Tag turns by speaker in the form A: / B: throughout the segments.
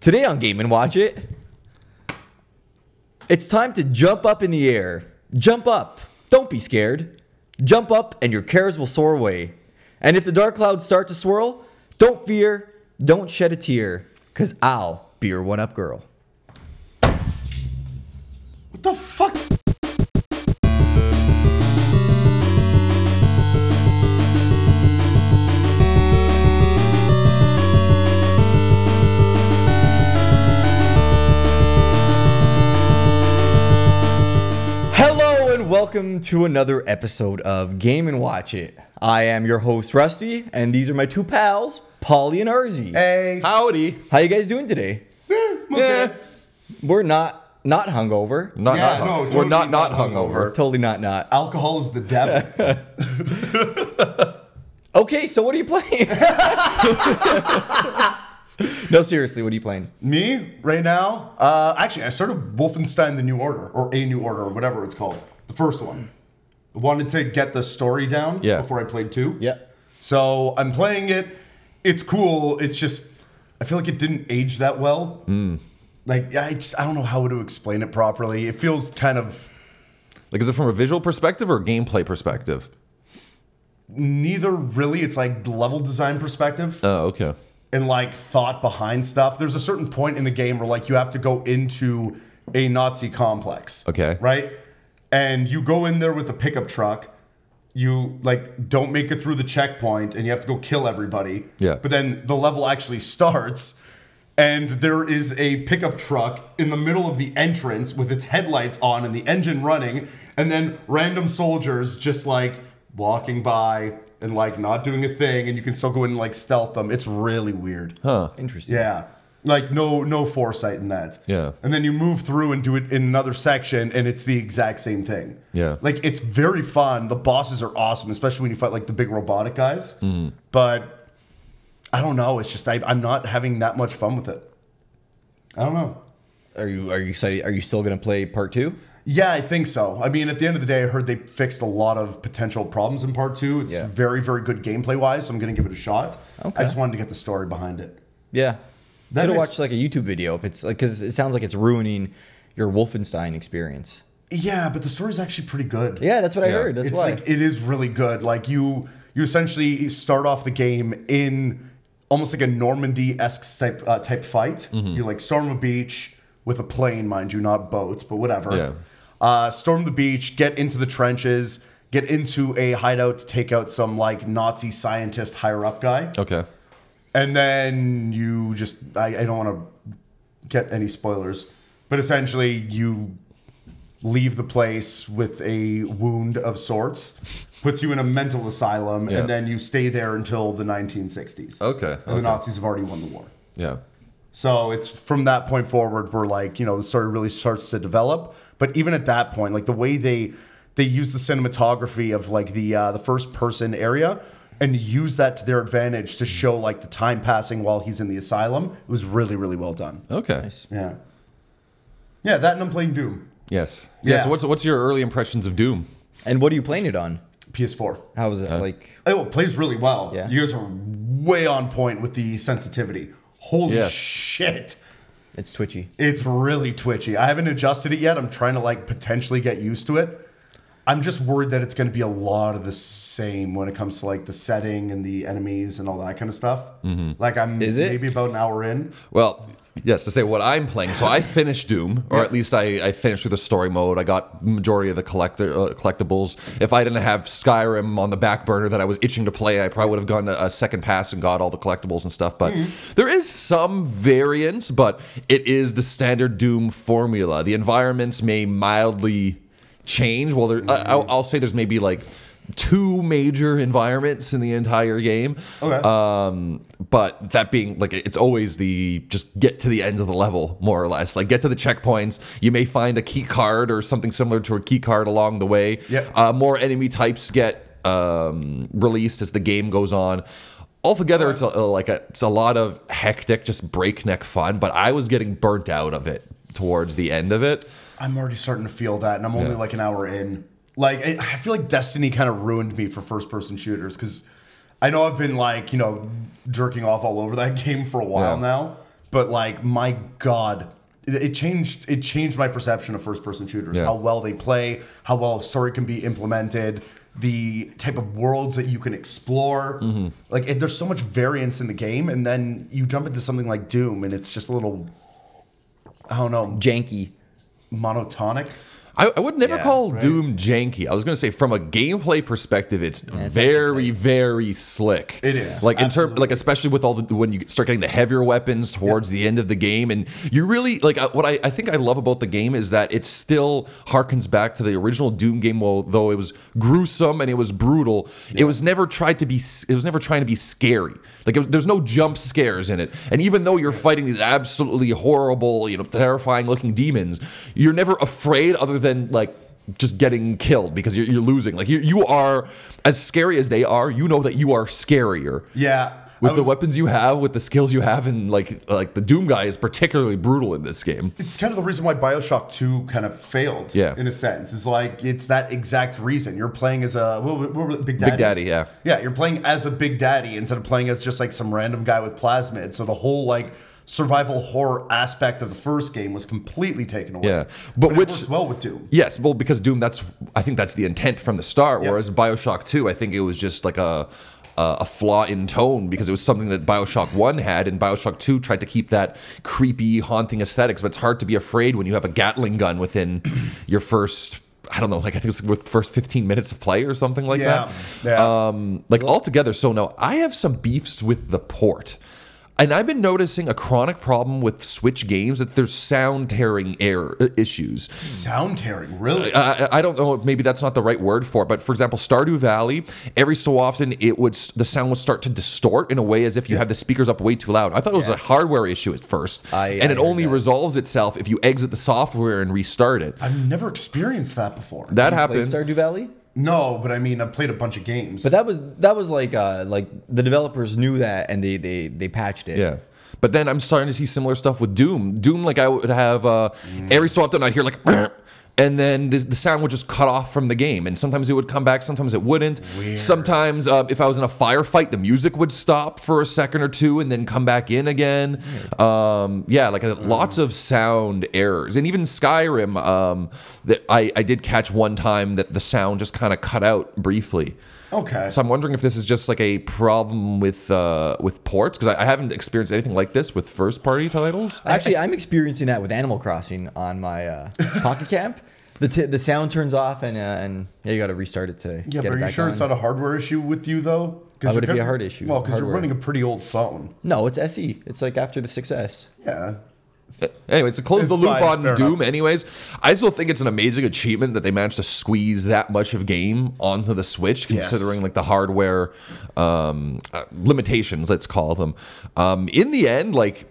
A: Today on Game and Watch It, it's time to jump up in the air. Jump up. Don't be scared. Jump up and your cares will soar away. And if the dark clouds start to swirl, don't fear. Don't shed a tear. Cause I'll be your one up girl.
B: What the fuck?
A: Hello and welcome to another episode of Game and Watch It. I am your host Rusty, and these are my two pals, Polly and Arzy.
B: Hey.
C: Howdy.
A: How you guys doing today?
B: Okay.
A: We're not not hungover.
C: Not,
B: Yeah,
C: not hung-
B: no,
C: we're
B: totally
C: not not
B: not
C: hungover.
A: Totally not not.
B: Alcohol is the devil.
A: Okay, so what are you playing? no, seriously, what are you playing?
B: Me right now. Uh, actually, I started Wolfenstein: The New Order, or A New Order, or whatever it's called. The first one. I wanted to get the story down
C: Yeah.
B: before I played two.
A: Yeah.
B: So I'm playing it. It's cool. It's just I feel like it didn't age that well.
A: Hmm.
B: Like I just I don't know how to explain it properly. It feels kind of
C: Like, is it from a visual perspective or a gameplay perspective?
B: neither really. It's like level design perspective.
C: Oh, okay.
B: and like thought behind stuff. There's a certain point in the game where like you have to go into a Nazi complex.
C: Okay.
B: Right? And you go in there with a pickup truck. You like don't make it through the checkpoint and you have to go kill everybody.
C: Yeah.
B: But then the level actually starts and there is a pickup truck in the middle of the entrance with its headlights on and the engine running and then random soldiers just like walking by and like not doing a thing and you can still go in and like stealth them. It's really weird.
C: Huh.
A: Interesting.
B: Yeah. Like no no foresight in that.
C: Yeah.
B: And then you move through and do it in another section and it's the exact same thing.
C: Yeah.
B: Like it's very fun. The bosses are awesome, especially when you fight like the big robotic guys. But I don't know, it's just I, I'm not having that much fun with it. I don't know.
A: Are you are you excited? Are you still gonna play part two?
B: Yeah, I think so. I mean, at the end of the day, I heard they fixed a lot of potential problems in part two. It's
A: Yeah.
B: very, very good gameplay wise, so I'm gonna give it a shot. I just wanted to get the story behind it.
A: Yeah.
B: That
A: Should have
B: is-
A: watched like a YouTube video if it's like because it sounds like it's ruining your Wolfenstein experience.
B: Yeah, but the story's actually pretty good.
A: Yeah, that's what I
C: Yeah.
A: heard. That's
B: it's
A: why.
B: like it is really good. Like you you essentially start off the game in almost like a Normandy esque type uh, type fight.
C: Mm-hmm.
B: You like storm a beach with a plane, mind you, not boats, but whatever.
C: Yeah.
B: Uh, storm the beach, get into the trenches, get into a hideout to take out some like Nazi scientist higher up guy,
C: Okay.
B: and then you just I, I don't want to get any spoilers, but essentially you leave the place with a wound of sorts, puts you in a mental asylum,
C: Yeah.
B: and then you stay there until the 1960s.
C: Okay,
B: And the
C: okay.
B: Nazis have already won the war.
C: Yeah.
B: So it's from that point forward where like, you know, the story really starts to develop. But even at that point, like the way they they use the cinematography of like the uh, the first person area and use that to their advantage to show like the time passing while he's in the asylum. It was really, really well done.
C: Okay.
B: Yeah. Yeah, that and I'm playing Doom.
C: Yes. Yeah.
B: Yeah.
C: So, what's what's your early impressions of Doom?
A: and what are you playing it on?
B: PS4.
A: How was it like?
B: Oh, it plays really well.
A: Yeah.
B: You guys are way on point with the sensitivity. Holy
C: Yes.
B: shit.
A: It's twitchy.
B: It's really twitchy. I haven't adjusted it yet. I'm trying to like potentially get used to it. I'm just worried that it's going to be a lot of the same when it comes to like the setting and the enemies and all that kind of stuff. Like I'm
A: Mm-hmm. Is it?
B: maybe about an hour in.
C: Well, yes, to say what I'm playing. So I finished Doom, or at least I, I finished with the story mode. I got majority of the collector uh, collectibles. If I didn't have Skyrim on the back burner that I was itching to play, I probably would have gone a, a second pass and got all the collectibles and stuff. But there is some variance, but it is the standard Doom formula. The environments may mildly change. Well, there, I, I'll, I'll say there's maybe like two major environments in the entire game.
B: Okay.
A: Uh,
C: Um, but that being like, it's always the just get to the end of the level, more or less. Like get to the checkpoints. You may find a key card or something similar to a key card along the way.
B: Yep.
C: Uh, more enemy types get um, released as the game goes on. Altogether, it's a, like a, it's a lot of hectic, just breakneck fun. But I was getting burnt out of it towards the end of it.
B: I'm already starting to feel that, and I'm only like an hour in. Like I I feel like Destiny kind of ruined me for first person shooters because I know I've been like you know jerking off all over that game for a while
C: Yeah.
B: now, But like, my God, it- it changed. It changed my perception of first-person shooters.
C: Yeah.
B: How well they play, how well a story can be implemented, the type of worlds that you can explore.
C: Mm-hmm.
B: Like, it, there's so much variance in the game, and then you jump into something like Doom, and it's just a little, I don't know,
A: janky.
B: monotonic.
C: I, I would never
A: Yeah,
C: call Doom janky. I was going to say from a gameplay perspective, it's
A: it's
C: very, very slick.
B: It is,
C: like in term,
B: absolutely.
C: like especially with all the when you start getting the heavier weapons towards the end of the game, and you really like uh, what I, I think I love about the game is that it still harkens back to the original Doom game. Well, though it was gruesome and it was brutal, it was never tried to be. s- It was never trying to be scary. Like it was, there's no jump scares in it, and even though you're fighting these absolutely horrible, you know, terrifying looking demons, you're never afraid other than like just getting killed because you're, you're losing. Like you, you are as scary as they are. You know that you are scarier
B: Yeah. I
C: with the
B: was-
C: weapons you have, with the skills you have, and like like the Doom guy is particularly brutal in this game.
B: it's kind of the reason why Bioshock 2 kind of failed.
C: Yeah.
B: In a sense. It's like, it's that exact reason. You're playing as a what, what, what, were the- Big Daddy.
C: Big Daddy, yeah.
B: Yeah, you're playing as a Big Daddy instead of playing as just like some random guy with plasmid. So the whole like survival horror aspect of the first game was completely taken away.
C: Yeah, but,
B: But
C: which
B: it works well with Doom.
C: yes, well because Doom. That's I think that's the intent from the start.
B: Yeah.
C: Whereas Bioshock Two, I think it was just like a. Uh, a flaw in tone because it was something that Bioshock 1 had, and Bioshock 2 tried to keep that creepy, haunting aesthetics. But it's hard to be afraid when you have a Gatling gun within your first, I don't know, like I think it's with first 15 minutes of play or something like
B: Yeah.
C: that.
B: Yeah.
C: Um, like altogether, so no, I have some beefs with the port. And I've been noticing a chronic problem with Switch games that there's sound tearing error uh, issues.
B: Sound tearing, really?
C: I, I- I don't know if maybe that's not the right word for it, but for example, Stardew Valley, every so often it would s- the sound would start to distort in a way as if you had the speakers up way too loud. I thought it was a hardware issue at first,
A: I- I
C: and it
A: heard
C: only
A: that.
C: resolves itself if you exit the software and restart it.
B: I've never experienced that before.
C: That
A: Played
C: happened.
A: Stardew Valley.
B: no, but I mean, I've played a bunch of games.
A: But that was that was like uh like the developers knew that and they they they patched it.
C: Yeah. But then I'm starting to see similar stuff with Doom. Doom, like I would have uh, every so often I'd hear like, and then this, the sound would just cut off from the game. And sometimes it would come back, sometimes it wouldn't. Sometimes uh, if I was in a firefight, the music would stop for a second or two and then come back in again. Um, yeah, like uh, lots of sound errors. And even Skyrim, um, that I, I did catch one time that the sound just kind of cut out briefly.
B: okay.
C: So I'm wondering if this is just like a problem with uh, with ports because I, I haven't experienced anything like this with first party titles.
A: Actually, I'm experiencing that with Animal Crossing on my uh, Pocket Camp. The t- the sound turns off and uh, and yeah, you got to restart it to
B: yeah,
A: get
B: but
A: it
B: are
A: back
B: you sure
A: on.
B: it's not a hardware issue with you, though? 'Cause
A: Why would
B: you're
A: it be a
B: kind-
A: hard issue?
B: Well, because you're
A: Hardware.
B: running a pretty old phone.
A: no, it's SE. It's like after the 6S.
B: Yeah.
C: Anyways, to close
B: It's
C: the loop
B: fine,
C: on
B: fair
C: Doom, anyways, I still think it's an amazing achievement that they managed to squeeze that much of game onto the Switch,
B: Yes.
C: considering like the hardware um, uh, limitations. Let's call them. Um, in the end, like.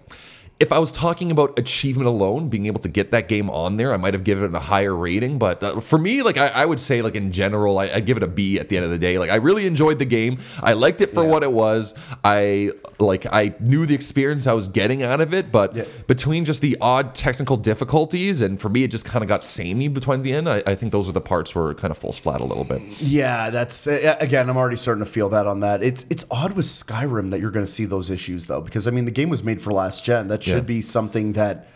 C: If I was talking about achievement alone, being able to get that game on there, I might have given it a higher rating. But uh, for me, like I, I would say, like in general, I, I give it a B at the end of the day. Like I really enjoyed the game. I liked it for what it was. I like I knew the experience I was getting out of it, but
B: Yeah.
C: between just the odd technical difficulties and for me it just kind of got samey between the end I, I think those are the parts where it kind of falls flat a little bit
B: Yeah, that's uh, again. I'm already starting to feel that on that. It's it's odd with Skyrim that you're going to see those issues though, because I mean the game was made for last gen. That should
C: Yeah.
B: be something that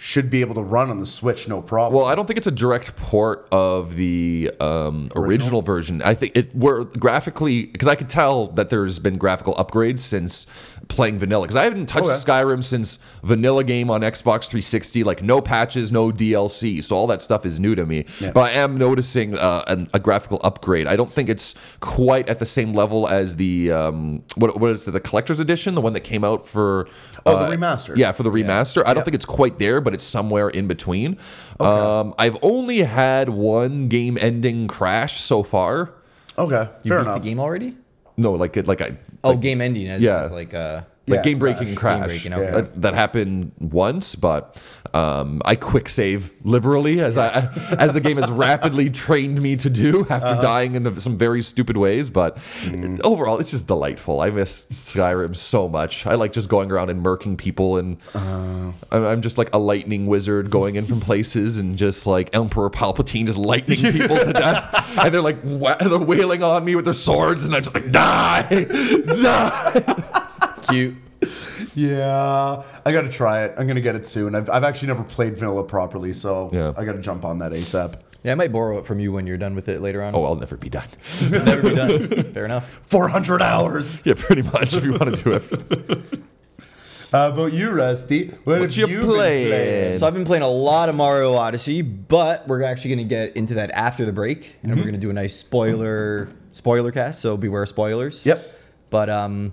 B: should be able to run on the Switch, no problem.
C: well i don't think it's a direct port of the um, original, version i think it were graphically because i could tell that there's been graphical upgrades since playing vanilla because i haven't touched
B: Okay.
C: skyrim since vanilla game on xbox 360 like no patches no dlc so all that stuff is new to me
B: Yeah.
C: but i am noticing uh, an, a graphical upgrade i don't think it's quite at the same level as the um, what, what is it the collector's edition the one that came out for
B: Oh, the remaster.
C: Uh, yeah for the remaster i don't think it's quite there but it's somewhere in between um, i've only had one game ending crash so far
B: okay,
A: You
B: fair
A: beat
B: enough.
A: the game already?
C: no like it like i
A: Oh, game ending. As
C: Yeah.
A: yeah. Like uh,
C: like
B: Yeah,
C: game breaking
A: Crash.
C: crash,
A: Game breaking, okay.
C: That- that, happened once but um, i quick save liberally as i as the game has rapidly trained me to do after dying in some very stupid ways but overall it's just delightful i miss skyrim so much i like just going around and murking people and I'm, I'm just like a lightning wizard going in from places and just like emperor palpatine just lightning people to death and they're like wa- they're wailing on me with their swords and i'm just like die die
A: cute.
B: Yeah, I gotta try it. I'm gonna get it soon. I've, I've actually never played vanilla properly, so
C: Yeah.
B: I gotta jump on that ASAP.
A: Yeah, I might borrow it from you when you're done with it later on.
C: Oh, I'll never be done.
A: never be done. Fair enough.
B: 400 hours.
C: yeah, pretty much. If you want to do it,
B: How about you, Rusty? What, have
C: you
B: been
C: playing?
A: So I've been playing a lot of Mario Odyssey, but we're actually going to get into that after the break, and we're going to do a nice spoiler spoiler cast. So beware spoilers.
B: Yep.
A: But um,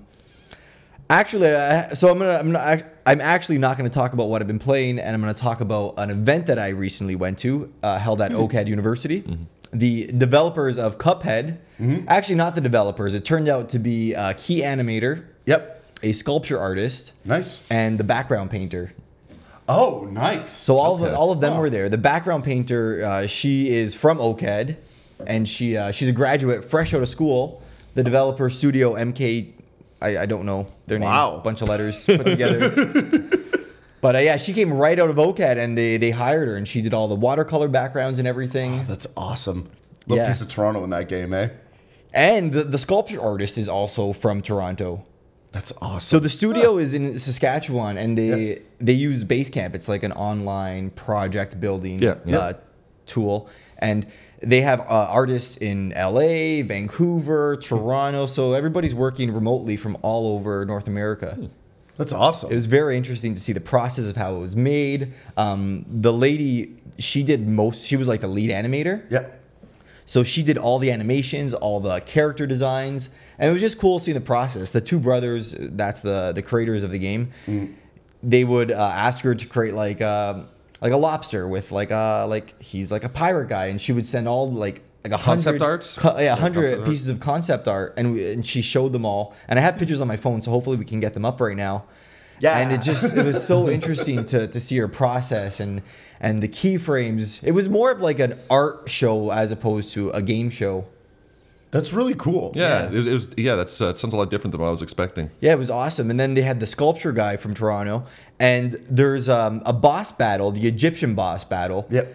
A: actually, I, so I'm gonna I'm not, I'm actually not going to talk about what I've been playing, and I'm going to talk about an event that I recently went to, uh, held at OCAD University. The developers of Cuphead, actually not the developers. It turned out to be a key animator,
B: Yep.
A: a sculpture artist,
B: Nice.
A: and the background painter.
B: Oh, nice.
A: So all of
C: Okay.
A: all of them
B: Wow.
A: were there. The background painter, uh, she is from OCAD, and she uh, she's a graduate fresh out of school. The developer studio MK, I, I don't know their name.
B: Wow.
A: bunch of letters put together. But uh, yeah, she came right out of OCAD, and they they hired her, and she did all the watercolor backgrounds and everything.
B: that's awesome. Little
A: Yeah.
B: piece of Toronto in that game, eh?
A: And the, the sculpture artist is also from Toronto.
B: That's
A: So
B: awesome.
A: the studio is in Saskatchewan, and they they use Basecamp. It's like an online project building
C: Yeah, yeah.
A: Uh, tool, and they have uh, artists in L.A.,
C: Hmm.
A: Vancouver, Toronto. So everybody's working remotely from all over North America.
C: Hmm.
B: that's awesome.
A: It was very interesting to see the process of how it was made. Um, the lady, she did most. She was like the lead animator.
B: yep.
A: So she did all the animations, all the character designs, and it was just cool seeing the process. The two brothers, that's the the creators of the game,
C: Mm.
A: they would uh, ask her to create like uh, like a lobster with like uh like he's like a pirate guy, and she would send all like like a
C: Concept
A: hundred-
C: arts?
A: co- yeah,
C: Yeah,
A: a hundred
C: concept art.
A: pieces of concept art, and, we, and she showed them all. And I have pictures on my phone, so hopefully we can get them up right now.
B: Yeah.
A: and it just it was so interesting to to see her process and and the keyframes. It was more of like an art show as opposed to a game show.
B: That's really cool.
C: yeah, It, was, it was. Yeah, that's uh, it sounds a lot different than what I was expecting.
A: Yeah, it was awesome. And then they had the sculpture guy from Toronto, and there's um, a boss battle, the Egyptian boss battle.
B: Yep.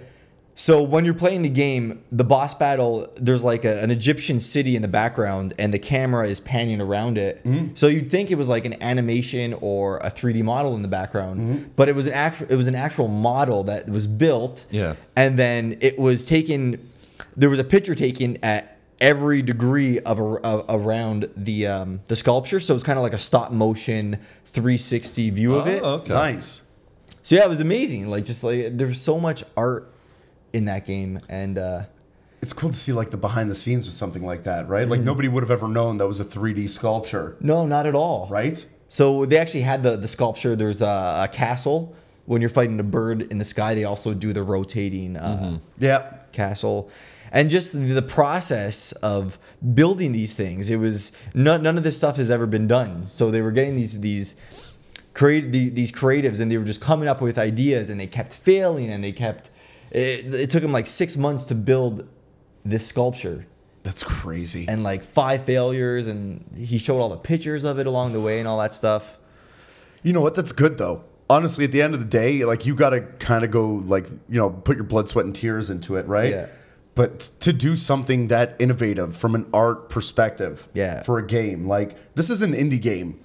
A: So when you're playing the game, the boss battle, there's like a, an Egyptian city in the background, and the camera is panning around it. So you'd think it was like an animation or a 3D model in the background, but it was an actual it was an actual model that was built.
C: Yeah.
A: and then it was taken. There was a picture taken at every degree of, a, of around the um, the sculpture, so it's kind of like a stop motion 360 view
B: Oh,
A: of it.
C: Oh, okay.
B: Nice.
A: So yeah, it was amazing. Like just like there's so much art in that game, and uh,
B: It's cool to see like the behind the scenes with something like that, right? Like nobody would have ever known that was a 3D sculpture,
A: no, not at all.
B: right?
A: So they actually had the the sculpture. There's a, a castle. When you're fighting a bird in the sky, they also do the rotating uh,
B: Yeah.
A: castle and just the process of building these things it was none, none of this stuff has ever been done so they were getting these these create the, these creatives and they were just coming up with ideas and they kept failing and they kept it, it took them like six months to build this sculpture
B: That's crazy.
A: and like five failures and he showed all the pictures of it along the way and all that stuff
B: You know what? That's good though. Honestly, at the end of the day, like you got to kind of go like, you know, put your blood, sweat and tears into it, right?
A: Yeah.
B: But to do something that innovative from an art perspective,
A: Yeah.
B: for a game, like this is an indie game.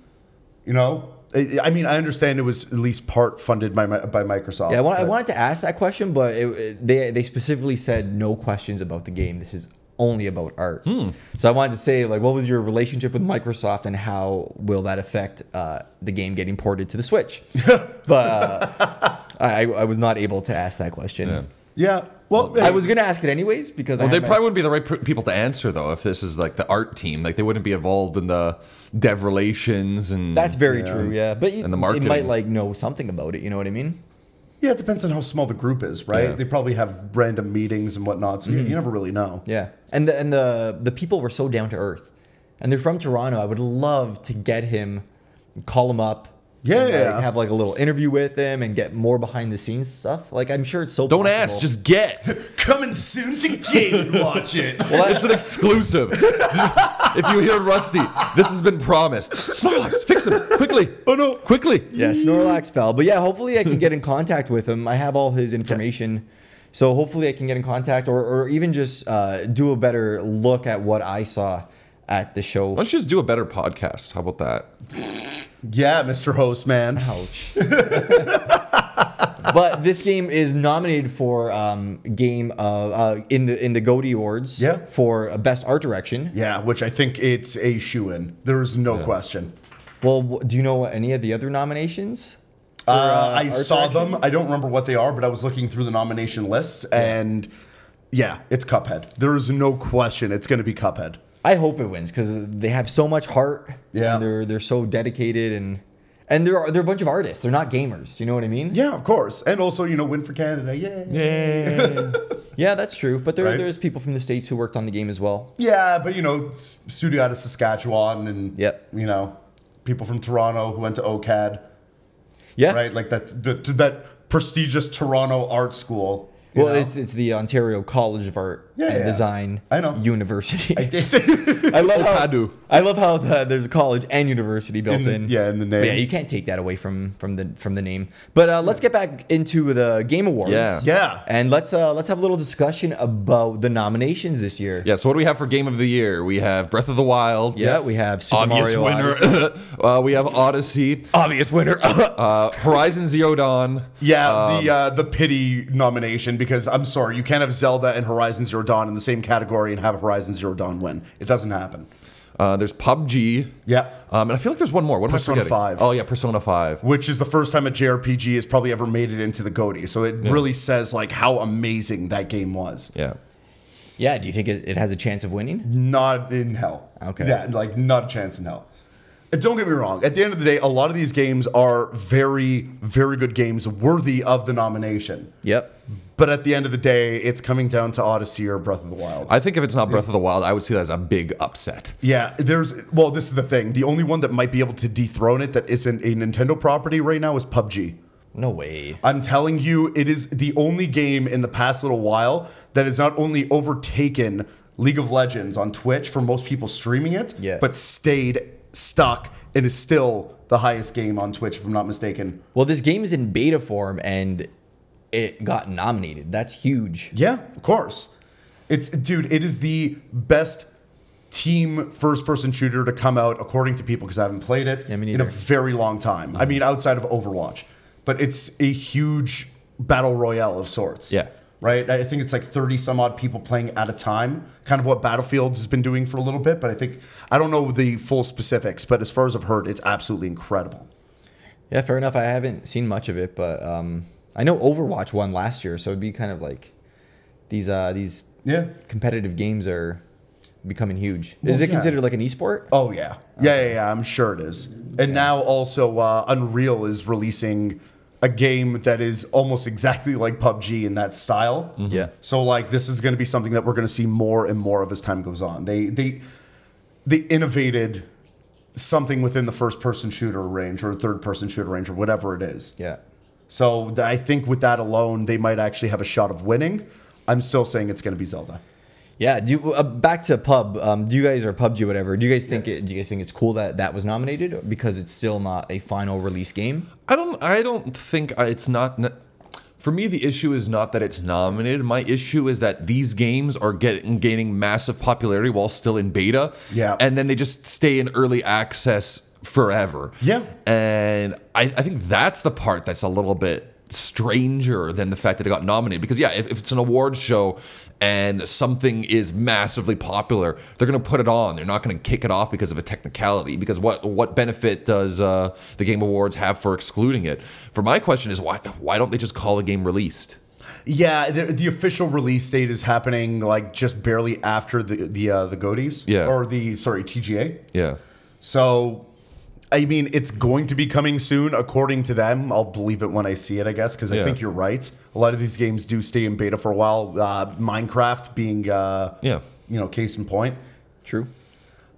B: You know? I I mean, I understand it was at least part funded by Mi- by Microsoft.
A: yeah I, want, I
B: but-
A: wanted to ask that question but it, it- they, they specifically said no questions about the game this is only about art
C: Hmm.
A: so i wanted to say like what was your relationship with microsoft and how will that affect uh, the game getting ported to the switch but uh, I, I was not able to ask that question
C: Yeah.
B: Yeah. Well,
A: i
B: hey,
A: was going to ask it anyways because I
C: Well, they
A: had my-
C: probably wouldn't be the right pr- people to answer though. If this is like the art team, like they wouldn't be involved in the dev relations and
A: that's very
B: Yeah.
A: true yeah but you,
C: And the
A: it might
C: marketing.
A: like know something about it you know what i mean
B: Yeah, it depends on how small the group is, right?
C: Yeah.
B: They probably have random meetings and whatnot, so you, you never really know.
A: Mm-hmm. Yeah, and the and the the people were so down to earth, and they're from Toronto. I would love to get him, call him up.
B: Yeah,
A: and, like,
B: yeah.
A: have like a little interview with him and get more behind the scenes stuff. Like I'm sure it's so.
C: Don't
A: possible.
C: ask, just get.
B: Coming soon to Game and Watch It.
C: it's an exclusive. if you hear Rusty, this has been promised. Snorlax, fix him quickly. Oh no, quickly.
A: yeah. Snorlax fell, but yeah, hopefully I can get in contact with him. I have all his information. So hopefully I can get in contact, or, or even just uh, do a better look at what I saw at the show.
C: Why don't you just do a better podcast? How about that?
B: Yeah, Mr. Host, man.
A: Ouch. but this game is nominated for um, game of uh, in the in the Goaty Awards
B: Yeah.
A: for uh, best art direction.
B: Yeah, which I think it's a shoe in. There is no question.
A: Well, w- do you know what any of the other nominations?
B: Uh, I
A: art
B: saw
A: direction?
B: them. I don't remember what they are, but I was looking through the nomination list, and yeah, it's Cuphead. There is no question it's going to be Cuphead.
A: I hope it wins because they have so much heart.
B: Yeah.
A: and they're they're so dedicated and and they're they're a bunch of artists. They're not gamers. You know what I mean?
B: Yeah, of course. And also, you know, win for Canada. Yay.
A: Yeah, yeah, that's true. But there
B: Right.
A: there's people from the states who worked on the game as well.
B: Yeah, but you know, s- studio out of Saskatchewan and
A: Yep.
B: you know, people from Toronto who went to OCAD,
A: Yeah,
B: right? Like that the, to that prestigious Toronto art school. you
A: Well,
B: know?
A: it's it's the Ontario College of Art
B: Yeah,
A: and
B: yeah.
A: Design
B: I know.
A: University. I,
B: It's-
A: love how
C: Okadu.
A: I love how the, there's a college and university built
B: In
A: in.
B: the- yeah, in the
A: But yeah,
B: name.
A: you can't take that away from from the from the name. But uh, let's get back into the game awards.
C: Yeah.
B: Yeah.
A: And let's uh, let's have a little discussion about the nominations this year.
C: Yeah, so what do we have for game of the year? We have Breath of the Wild.
A: Yeah, we have Super
C: obvious
A: Mario
C: winner. uh, we have Odyssey.
A: Obvious winner.
C: Uh, Horizon Zero Dawn.
B: yeah, the uh, the pity nomination because I'm sorry, you can't have Zelda and Horizon Zero Dawn in the same category and have Horizon Zero Dawn win. It doesn't happen.
C: Uh, there's PUBG.
B: Yeah.
C: Um, and I feel like there's one more. What am I
B: Persona
C: forgetting?
B: 5.
C: Oh yeah, Persona Five.
B: Which is the first time a JRPG has probably ever made it into the GOTY. So it really says like how amazing that game was.
C: Yeah.
A: yeah. Do you think it, it has a chance of winning?
B: Not in hell.
A: Okay.
B: Yeah, like not a chance in hell. And don't get me wrong. At the end of the day, a lot of these games are very, very good games, worthy of the nomination.
A: Yep.
B: But at the end of the day, it's coming down to Odyssey or Breath of the Wild.
C: I think if it's not Breath of the Wild, I would see that as a big upset.
B: yeah, there's. Well, this is the thing. The only one that might be able to dethrone it that isn't a Nintendo property right now is PUBG.
A: No way.
B: I'm telling you, it is the only game in the past little while that has not only overtaken League of Legends on Twitch for most people streaming it,
A: Yeah.
B: but stayed stuck and is still the highest game on Twitch, if I'm not mistaken.
A: Well, this game is in beta form and it got nominated. That's huge.
B: Yeah, of course. It's dude, it is the best team first person shooter to come out according to people because I haven't played it
A: Yeah, me
B: in a
A: neither.
B: very long time. I mean outside of Overwatch. But it's a huge battle royale of sorts.
C: Yeah.
B: Right? I think it's like 30 some odd people playing at a time, kind of what Battlefield has been doing for a little bit, but I think I don't know the full specifics, but as far as I've heard, it's absolutely incredible.
A: Yeah, fair enough. I haven't seen much of it, but um, I know Overwatch won last year, so it'd be kind of like these uh, these
B: Yeah.
A: competitive games are becoming huge. Is
B: Well,
A: it
B: yeah.
A: considered like an esport?
B: Oh yeah, yeah, yeah, yeah. I'm sure it is. And now also uh, Unreal is releasing a game that is almost exactly like PUBG in that style.
A: Yeah.
B: So like this is going to be something that we're going to see more and more of as time goes on. They they they innovated something within the first person shooter range or third person shooter range or whatever it is.
A: Yeah.
B: So th- I think with that alone, they might actually have a shot of winning. I'm still saying it's going to be Zelda.
A: Yeah. Do you, uh, back to pub. Um, do you guys or PUBG whatever? Do you guys think it, do you guys think it's cool that that was nominated because it's still not a final release game?
C: I don't. I don't think I, it's not. n- For me, the issue is not that it's nominated. My issue is that these games are getting gaining massive popularity while still in beta.
B: Yeah.
C: and then they just stay in early access forever.
B: Yeah.
C: and I, I think that's the part that's a little bit stranger than the fact that it got nominated because yeah if, if it's an award show and something is massively popular they're going to put it on they're not going to kick it off because of a technicality because what what benefit does uh, the game awards have for excluding it for my question is why why don't they just call a game released
B: Yeah, the, the official release date is happening like just barely after the the uh, the Goaties.
C: Yeah.
B: Or the sorry TGA.
C: yeah
B: So, I mean, it's going to be coming soon, according to them. I'll believe it when I see it, I guess, because I
C: Yeah.
B: think you're right. A lot of these games do stay in beta for a while. Uh, Minecraft being, uh,
C: Yeah.
B: you know, case in point.
A: True.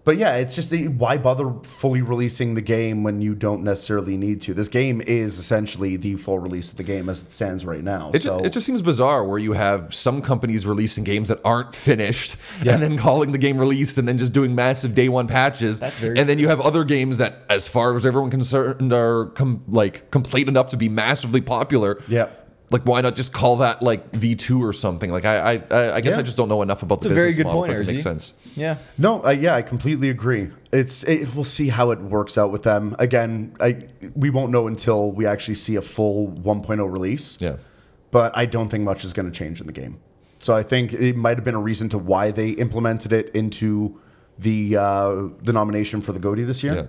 B: But yeah, it's just the, why bother fully releasing the game when you don't necessarily need to. This game is essentially the full release of the game as it stands right now.
C: It, ju-
B: so
C: it just seems bizarre where you have some companies releasing games that aren't finished
B: Yeah.
C: and then calling the game released and then just doing massive day one patches.
A: That's very
C: and then you have other games that, as far as everyone concerned, are com- like complete enough to be massively popular.
B: yeah.
C: Like, why not just call that like V two or something? Like, I I- I, I guess
A: Yeah.
C: I just don't know enough about
A: a
C: the
A: very
C: business
A: good
C: model
A: point,
C: for it to make
A: RZ.
C: sense.
A: Yeah.
B: No, uh, yeah, I completely agree. It's it, we'll see how it works out with them. Again, I we won't know until we actually see a full 1.0 release.
C: Yeah.
B: But I don't think much is going to change in the game. So I think it might have been a reason to why they implemented it into the uh, the nomination for the Goatee this year.
C: Yeah.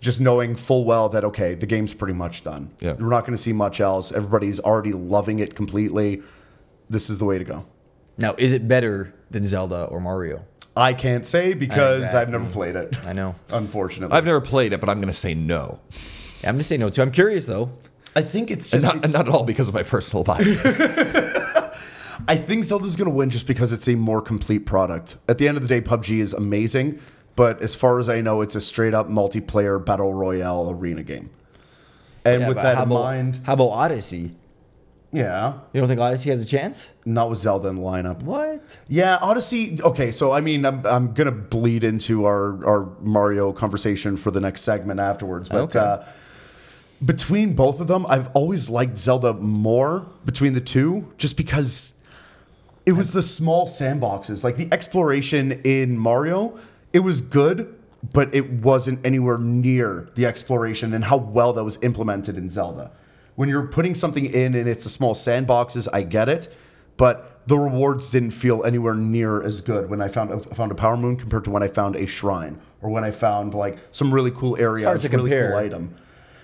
B: Just knowing full well that okay, the game's pretty much done.
C: Yeah.
B: We're not going to see much else. Everybody's already loving it completely. This is the way to go.
A: Now, is it better than Zelda or Mario?
B: I can't say because I've
A: Exactly.
B: never played it.
A: I know.
B: Unfortunately,
C: I've never played it, but I'm gonna say no,
A: Yeah, I'm gonna say no too. I'm curious though.
B: I think it's
C: and
B: just.
C: not,
B: it's-
C: and not at all because of my personal bias.
B: I think Zelda's going to win just because it's a more complete product. At the end of the day, PUBG is amazing, but as far as I know, it's a straight up multiplayer battle royale arena game. And
A: Yeah,
B: with
A: but
B: that
A: how
B: in
A: about-
B: mind,
A: how about Odyssey?
B: yeah,
A: You don't think Odyssey has a chance?
B: not with Zelda in the lineup.
A: What?
B: Yeah, Odyssey. Okay, so I mean, I'm, I'm gonna bleed into our our Mario conversation for the next segment afterwards, but
A: Okay.
B: uh, between both of them, I've always liked Zelda more between the two, just because it was the small sandboxes, like the exploration in Mario. It was good, but it wasn't anywhere near the exploration and how well that was implemented in Zelda. When you're putting something in and it's a small sandboxes, I get it, but the rewards didn't feel anywhere near as good when I found I found a power moon compared to when I found a shrine or when I found like some really cool area,
A: hard to
B: with really
A: compare.
B: cool item.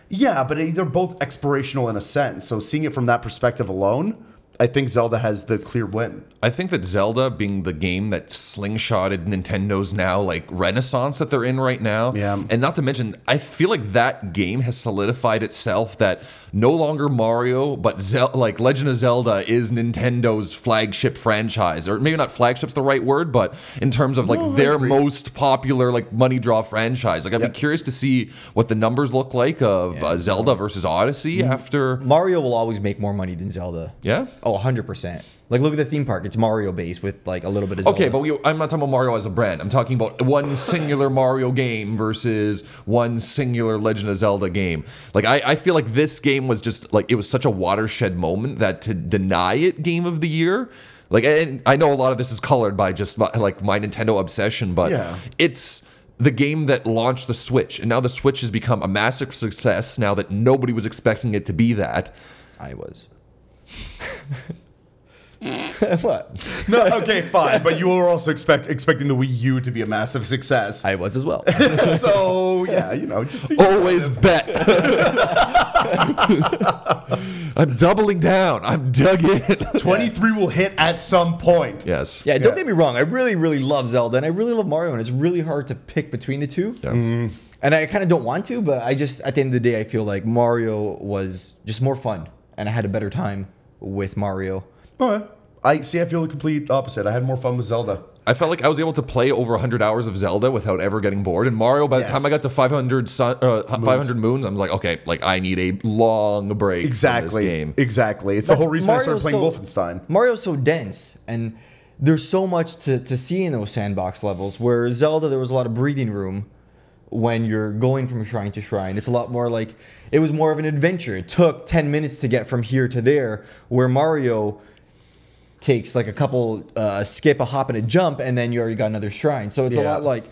B: Yeah, but it- they're both explorational in a sense. So seeing it from that perspective alone, I think Zelda has the clear win.
C: I think that Zelda being the game that slingshotted Nintendo's now like renaissance that they're in right now.
B: Yeah.
C: And not to mention, I feel like that game has solidified itself that no longer Mario, but Zel- like Legend of Zelda is Nintendo's flagship franchise. Or maybe not flagship's the right word, but in terms of like their most popular like money draw franchise. Like I'd be curious to see what the numbers look like of uh, Zelda versus Odyssey after
A: Mario will always make more money than Zelda.
C: Yeah?
A: Oh, 100%. Like, look at the theme park. It's Mario based with like a little bit of Zelda.
C: Okay, but we, I'm not talking about Mario as a brand. I'm talking about one singular Mario game versus one singular Legend of Zelda game. Like, I, I feel like this game was just like it was such a watershed moment that to deny it Game of the Year. Like, and I know a lot of this is colored by just my, like my Nintendo obsession, but
B: Yeah.
C: it's the game that launched the Switch, and now the Switch has become a massive success. Now that nobody was expecting it to be that.
A: I was. what?
B: No, okay, fine. But you were also expect expecting the Wii U to be a massive success.
A: I was as well.
B: so Oh, yeah, you know, just
C: Always bet. I'm doubling down. I'm dug in.
B: 23 will hit at some point.
C: yes.
A: Yeah, don't
B: Yeah.
A: get me wrong. I really, really love Zelda and I really love Mario, and it's really hard to pick between the two.
C: Yeah.
A: And I kind of don't want to, but I just, at the end of the day, I feel like Mario was just more fun, and I had a better time with Mario.
B: Okay. I see. I feel the complete opposite. I had more fun with Zelda.
C: I felt like I was able to play over 100 hours of Zelda without ever getting bored. And Mario, by the
B: Yes.
C: time I got to 500 sun, uh, 500 moons, I'm like, okay, like I need a long break. from
B: Exactly.
C: this game.
B: Exactly. It's the whole reason I started playing
A: Mario's so-
B: Wolfenstein.
A: Mario's so dense, and there's so much to, to see in those sandbox levels. Where Zelda, there was a lot of breathing room when you're going from shrine to shrine. It's a lot more like it was more of an adventure. It took 10 minutes to get from here to there, where Mario takes like a couple uh, skip, a hop, and a jump, and then you already got another shrine. So it's a
B: Yeah.
A: lot like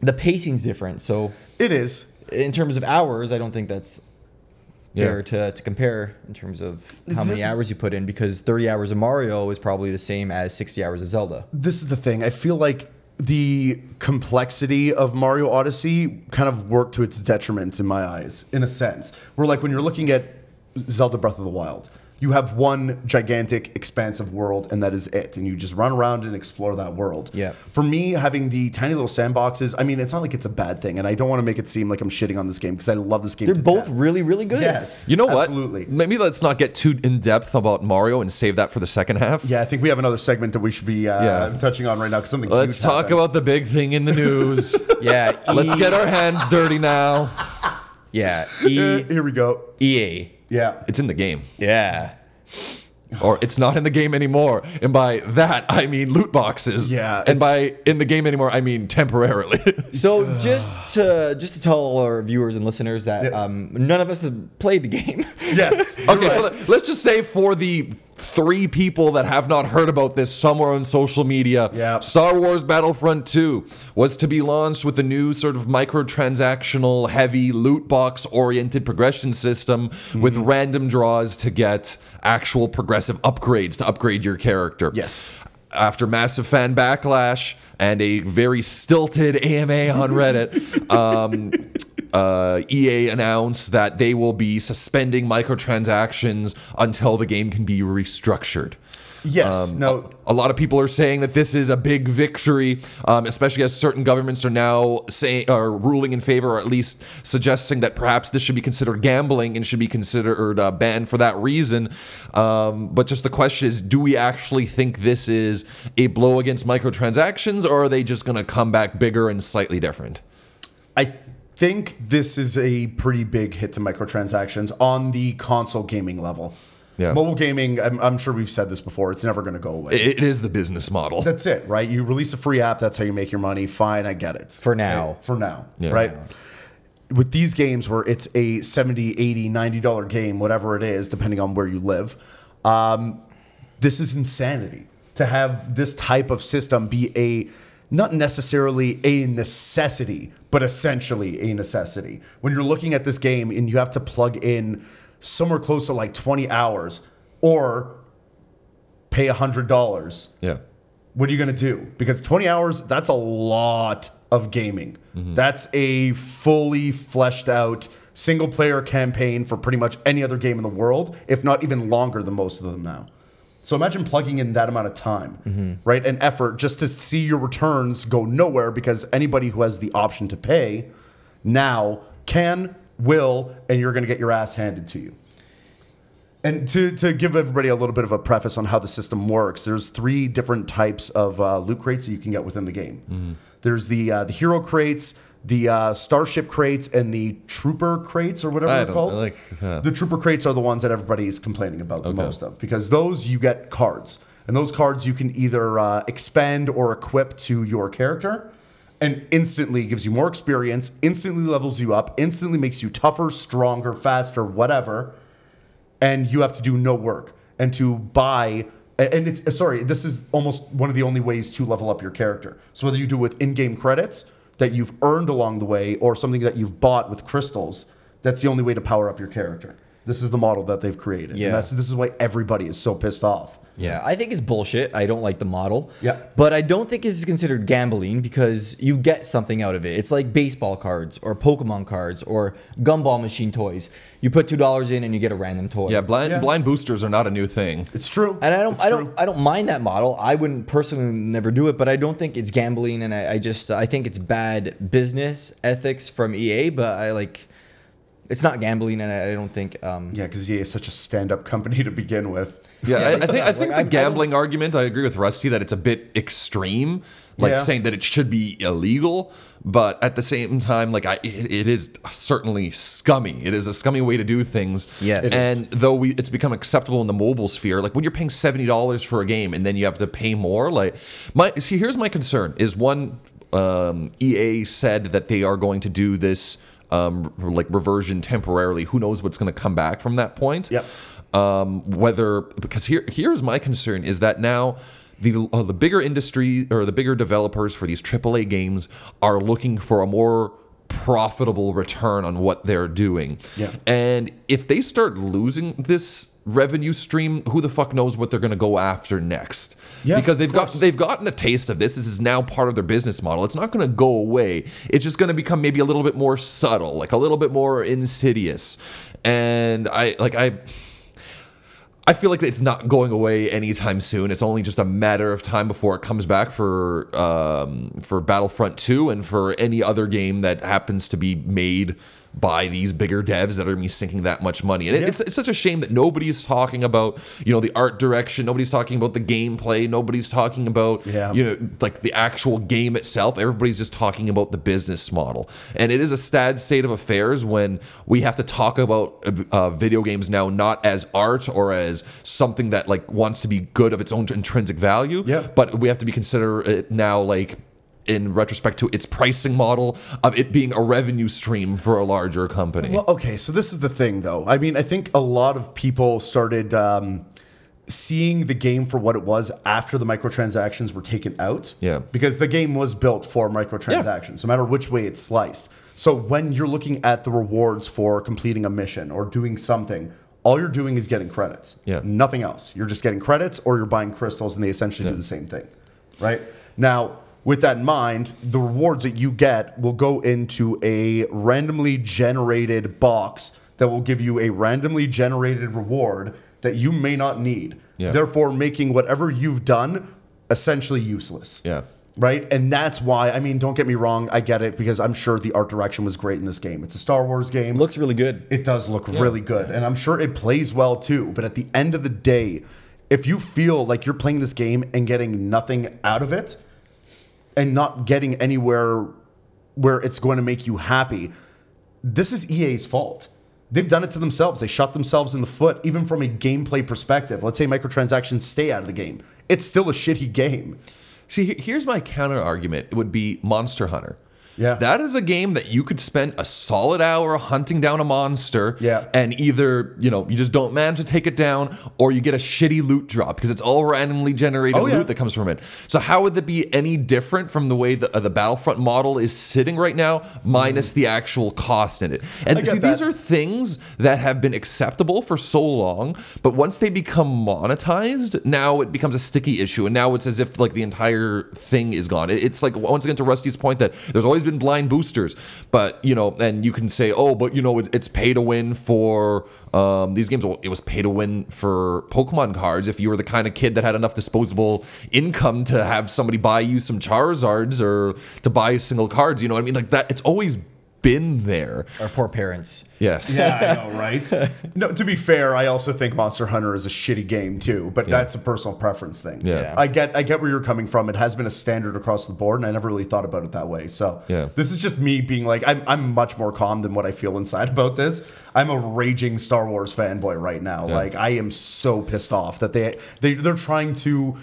A: the pacing's different. So
B: It is.
A: in terms of hours, I don't think that's
C: Yeah.
A: fair to, to compare in terms of how many hours you put in because 30 hours of Mario is probably the same as 60 hours of Zelda.
B: this is the thing. I feel like the complexity of Mario Odyssey kind of worked to its detriment in my eyes, in a sense. Where like when you're looking at Zelda Breath of the Wild, you have one gigantic, expansive world, and that is it. And you just run around and explore that world.
A: Yeah.
B: For me, having the tiny little sandboxes, I mean, it's not like it's a bad thing, and I don't want to make it seem like I'm shitting on this game because I love this game.
A: They're
B: to
A: both
B: death.
A: really, really good.
B: yes.
C: You know what?
B: Absolutely.
C: Maybe let's not get too in depth about Mario and save that for the second half.
B: Yeah, I think we have another segment that we should be uh,
C: Yeah.
B: touching on right now because something.
C: Let's
B: huge
C: talk
B: happened.
C: about the big thing in the news.
A: Yeah.
C: let's
A: E-
C: get our hands dirty now.
A: Yeah.
B: Eh,
A: E-
B: Here we go.
A: EA.
B: Yeah.
C: It's in the game.
A: Yeah.
C: or it's not in the game anymore. And by that, I mean loot boxes.
B: Yeah, it's-
C: And by in the game anymore, I mean temporarily.
A: So just to just to tell all our viewers and listeners that um, none of us have played the game.
B: Yes.
C: okay, so let- let's just say for the three people that have not heard about this somewhere on social media,
B: Yeah.
C: Star Wars Battlefront 2 was to be launched with a new sort of microtransactional, heavy loot box oriented progression system with
B: Hmm.
C: random draws to get actual progressive upgrades to upgrade your character.
B: Yes.
C: After massive fan backlash and a very stilted AMA on Reddit, um, uh, EA announced that they will be suspending microtransactions until the game can be restructured.
B: Yes. no.
C: A lot of people are saying that this is a big victory, um, especially as certain governments are now saying are ruling in favor, or at least suggesting that perhaps this should be considered gambling and should be considered uh, banned for that reason. Um, but just the question is, do we actually think this is a blow against microtransactions, or are they just going to come back bigger and slightly different?
B: I think this is a pretty big hit to microtransactions on the console gaming level.
C: Yeah.
B: Mobile gaming, I'm, I'm sure we've said this before, it's never going to go away.
C: It it is the business model.
B: that's it, right? You release a free app, that's how you make your money. Fine, I get it.
A: For now.
B: Right? For now,
C: Yeah.
B: right? With these games where it's a 70, 80, 90 dollar game, whatever it is, depending on where you live, um, this is insanity to have this type of system be a not necessarily a necessity, but essentially a necessity. When you're looking at this game and you have to plug in somewhere close to like 20 hours or pay $100
C: Yeah.
B: what are you going to do? Because 20 hours, that's a lot of gaming. That's a fully fleshed out single player campaign for pretty much any other game in the world, if not even longer than most of them now. So imagine plugging in that amount of time, right, and effort just to see your returns go nowhere because anybody who has the option to pay now can, will, and you're going to get your ass handed to you. And to, to give everybody a little bit of a preface on how the system works, there's three different types of uh, loot crates that you can get within the game.
C: Mm-hmm.
B: There's the uh, the hero crates, the uh, starship crates, and the trooper crates or whatever
C: I
B: they're
C: don't-
B: called.
C: I like, uh,
B: the trooper crates are the ones that everybody is complaining about the most of because those you get cards, and those cards you can either uh, expend or equip to your character. And instantly gives you more experience, instantly levels you up, instantly makes you tougher, stronger, faster, whatever and you have to do no work and to buy and it's sorry this is almost one of the only ways to level up your character so whether you do with in-game credits that you've earned along the way or something that you've bought with crystals that's the only way to power up your character this is the model that they've created
A: Yeah.
B: and that's this is why everybody is so pissed off
A: Yeah, I think it's bullshit. I don't like the model.
B: Yeah.
A: But I don't think this is considered gambling because you get something out of it. It's like baseball cards or Pokemon cards or gumball machine toys. You put two dollars in and you get a random toy.
C: Yeah, blind
B: Yeah.
C: blind boosters are not a new thing.
B: it's true
A: And I don't,
B: It's
A: I
B: true.
A: don't, I don't mind that model. I wouldn't personally never do it, but I don't think it's gambling, and I, I just, I think it's bad business ethics from EA. But I like, it's not gambling, and I, I don't think. Um,
B: yeah because ea is such a stand-up company to begin with
C: Yeah,
A: Yeah,
C: I, I
A: they
C: think I
A: suck.
C: think
A: Like, I- I
C: the
A: don't-
C: gambling argument. I agree with Rusty that it's a bit extreme, like
B: Yeah.
C: saying that it should be illegal. But at the same time, like I, it, it is certainly scummy. It is a scummy way to do things.
A: Yes. It is.
C: and though we, it's become acceptable in the mobile sphere, like when you're paying seventy dollars for a game and then you have to pay more. Like my see, here's my concern: is one um, EA said that they are going to do this. Um, like reversion temporarily. Who knows what's going to come back from that point?
B: Yep.
C: um, whether because here here's my concern is that now the uh, the bigger industry or the bigger developers for these AAA games are looking for a more profitable return on what they're doing.
B: Yeah.
C: And if they start losing this revenue stream, who the fuck knows what they're going to go after next?
B: Yeah,
C: because they've
B: of
C: got
B: course.
C: they've gotten a taste of this. This is now part of their business model. It's not going to go away. It's just going to become maybe a little bit more subtle, like a little bit more insidious. And I like I I feel like it's not going away anytime soon. It's only just a matter of time before it comes back for um, for Battlefront Two and for any other game that happens to be made by these bigger devs that are me sinking that much money. And it, it's, it's such a shame that nobody's talking about, you know, the art direction. Nobody's talking about the gameplay. Nobody's talking about,
B: Yeah.
C: you know, like the actual game itself. Everybody's just talking about the business model, and it is a sad state of affairs when we have to talk about uh, video games now not as art or as something that like wants to be good of its own intrinsic value,
B: Yeah.
C: but we have to be consider it now like. In retrospect to its pricing model of it being a revenue stream for a larger company.
B: Well, okay, so this is the thing, though. I mean, I think a lot of people started um, seeing the game for what it was after the microtransactions were taken out.
C: Yeah.
B: Because the game was built for microtransactions, no matter which way it's sliced. So when you're looking at the rewards for completing a mission or doing something, all you're doing is getting credits.
C: Yeah.
B: Nothing else. You're just getting credits or you're buying crystals and they essentially do the same thing. Right? Now, with that in mind, the rewards that you get will go into a randomly generated box that will give you a randomly generated reward that you may not need.
C: Yeah.
B: Therefore, making whatever you've done essentially useless.
C: Yeah.
B: Right? And that's why, I mean, don't get me wrong, I get it because I'm sure the art direction was great in this game. It's a Star Wars game.
A: Looks really good.
B: It does look really good, and I'm sure it plays well too. But at the end of the day, if you feel like you're playing this game and getting nothing out of it, and not getting anywhere where it's going to make you happy, this is EA's fault. They've done it to themselves. They shot themselves in the foot, even from a gameplay perspective. Let's say microtransactions stay out of the game. It's still a shitty game.
C: See, he- here's my counter argument. It would be Monster Hunter.
B: Yeah.
C: That is a game that you could spend a solid hour hunting down a monster.
B: Yeah.
C: And either, you know, you just don't manage to take it down or you get a shitty loot drop because it's all randomly generated
B: Oh, yeah.
C: loot that comes from it. So how would that be any different from the way the, uh, the Battlefront model is sitting right now minus
B: Mm.
C: the actual cost in it? And
B: get
C: see, these
B: that.
C: are things that have been acceptable for so long, but once they become monetized, now it becomes a sticky issue, and now it's as if like the entire thing is gone. It- It's like once again to Rusty's point that there's always been blind boosters, but you know, and you can say, oh, but you know, it's, it's pay to win for um, these games. Well, it was pay to win for Pokemon cards if you were the kind of kid that had enough disposable income to have somebody buy you some Charizards or to buy single cards. You know, what I mean, like that. It's always been there.
A: Our poor parents.
C: Yes.
D: Yeah, I know, right?
B: No, to be fair, I also think Monster Hunter is a shitty game too, but that's a personal preference thing.
C: Yeah.
B: I get I get where you're coming from. It has been a standard across the board, and I never really thought about it that way. So
C: Yeah.
B: this is just me being like, I'm I'm much more calm than what I feel inside about this. I'm a raging Star Wars fanboy right now. Like I am so pissed off that they they they're trying to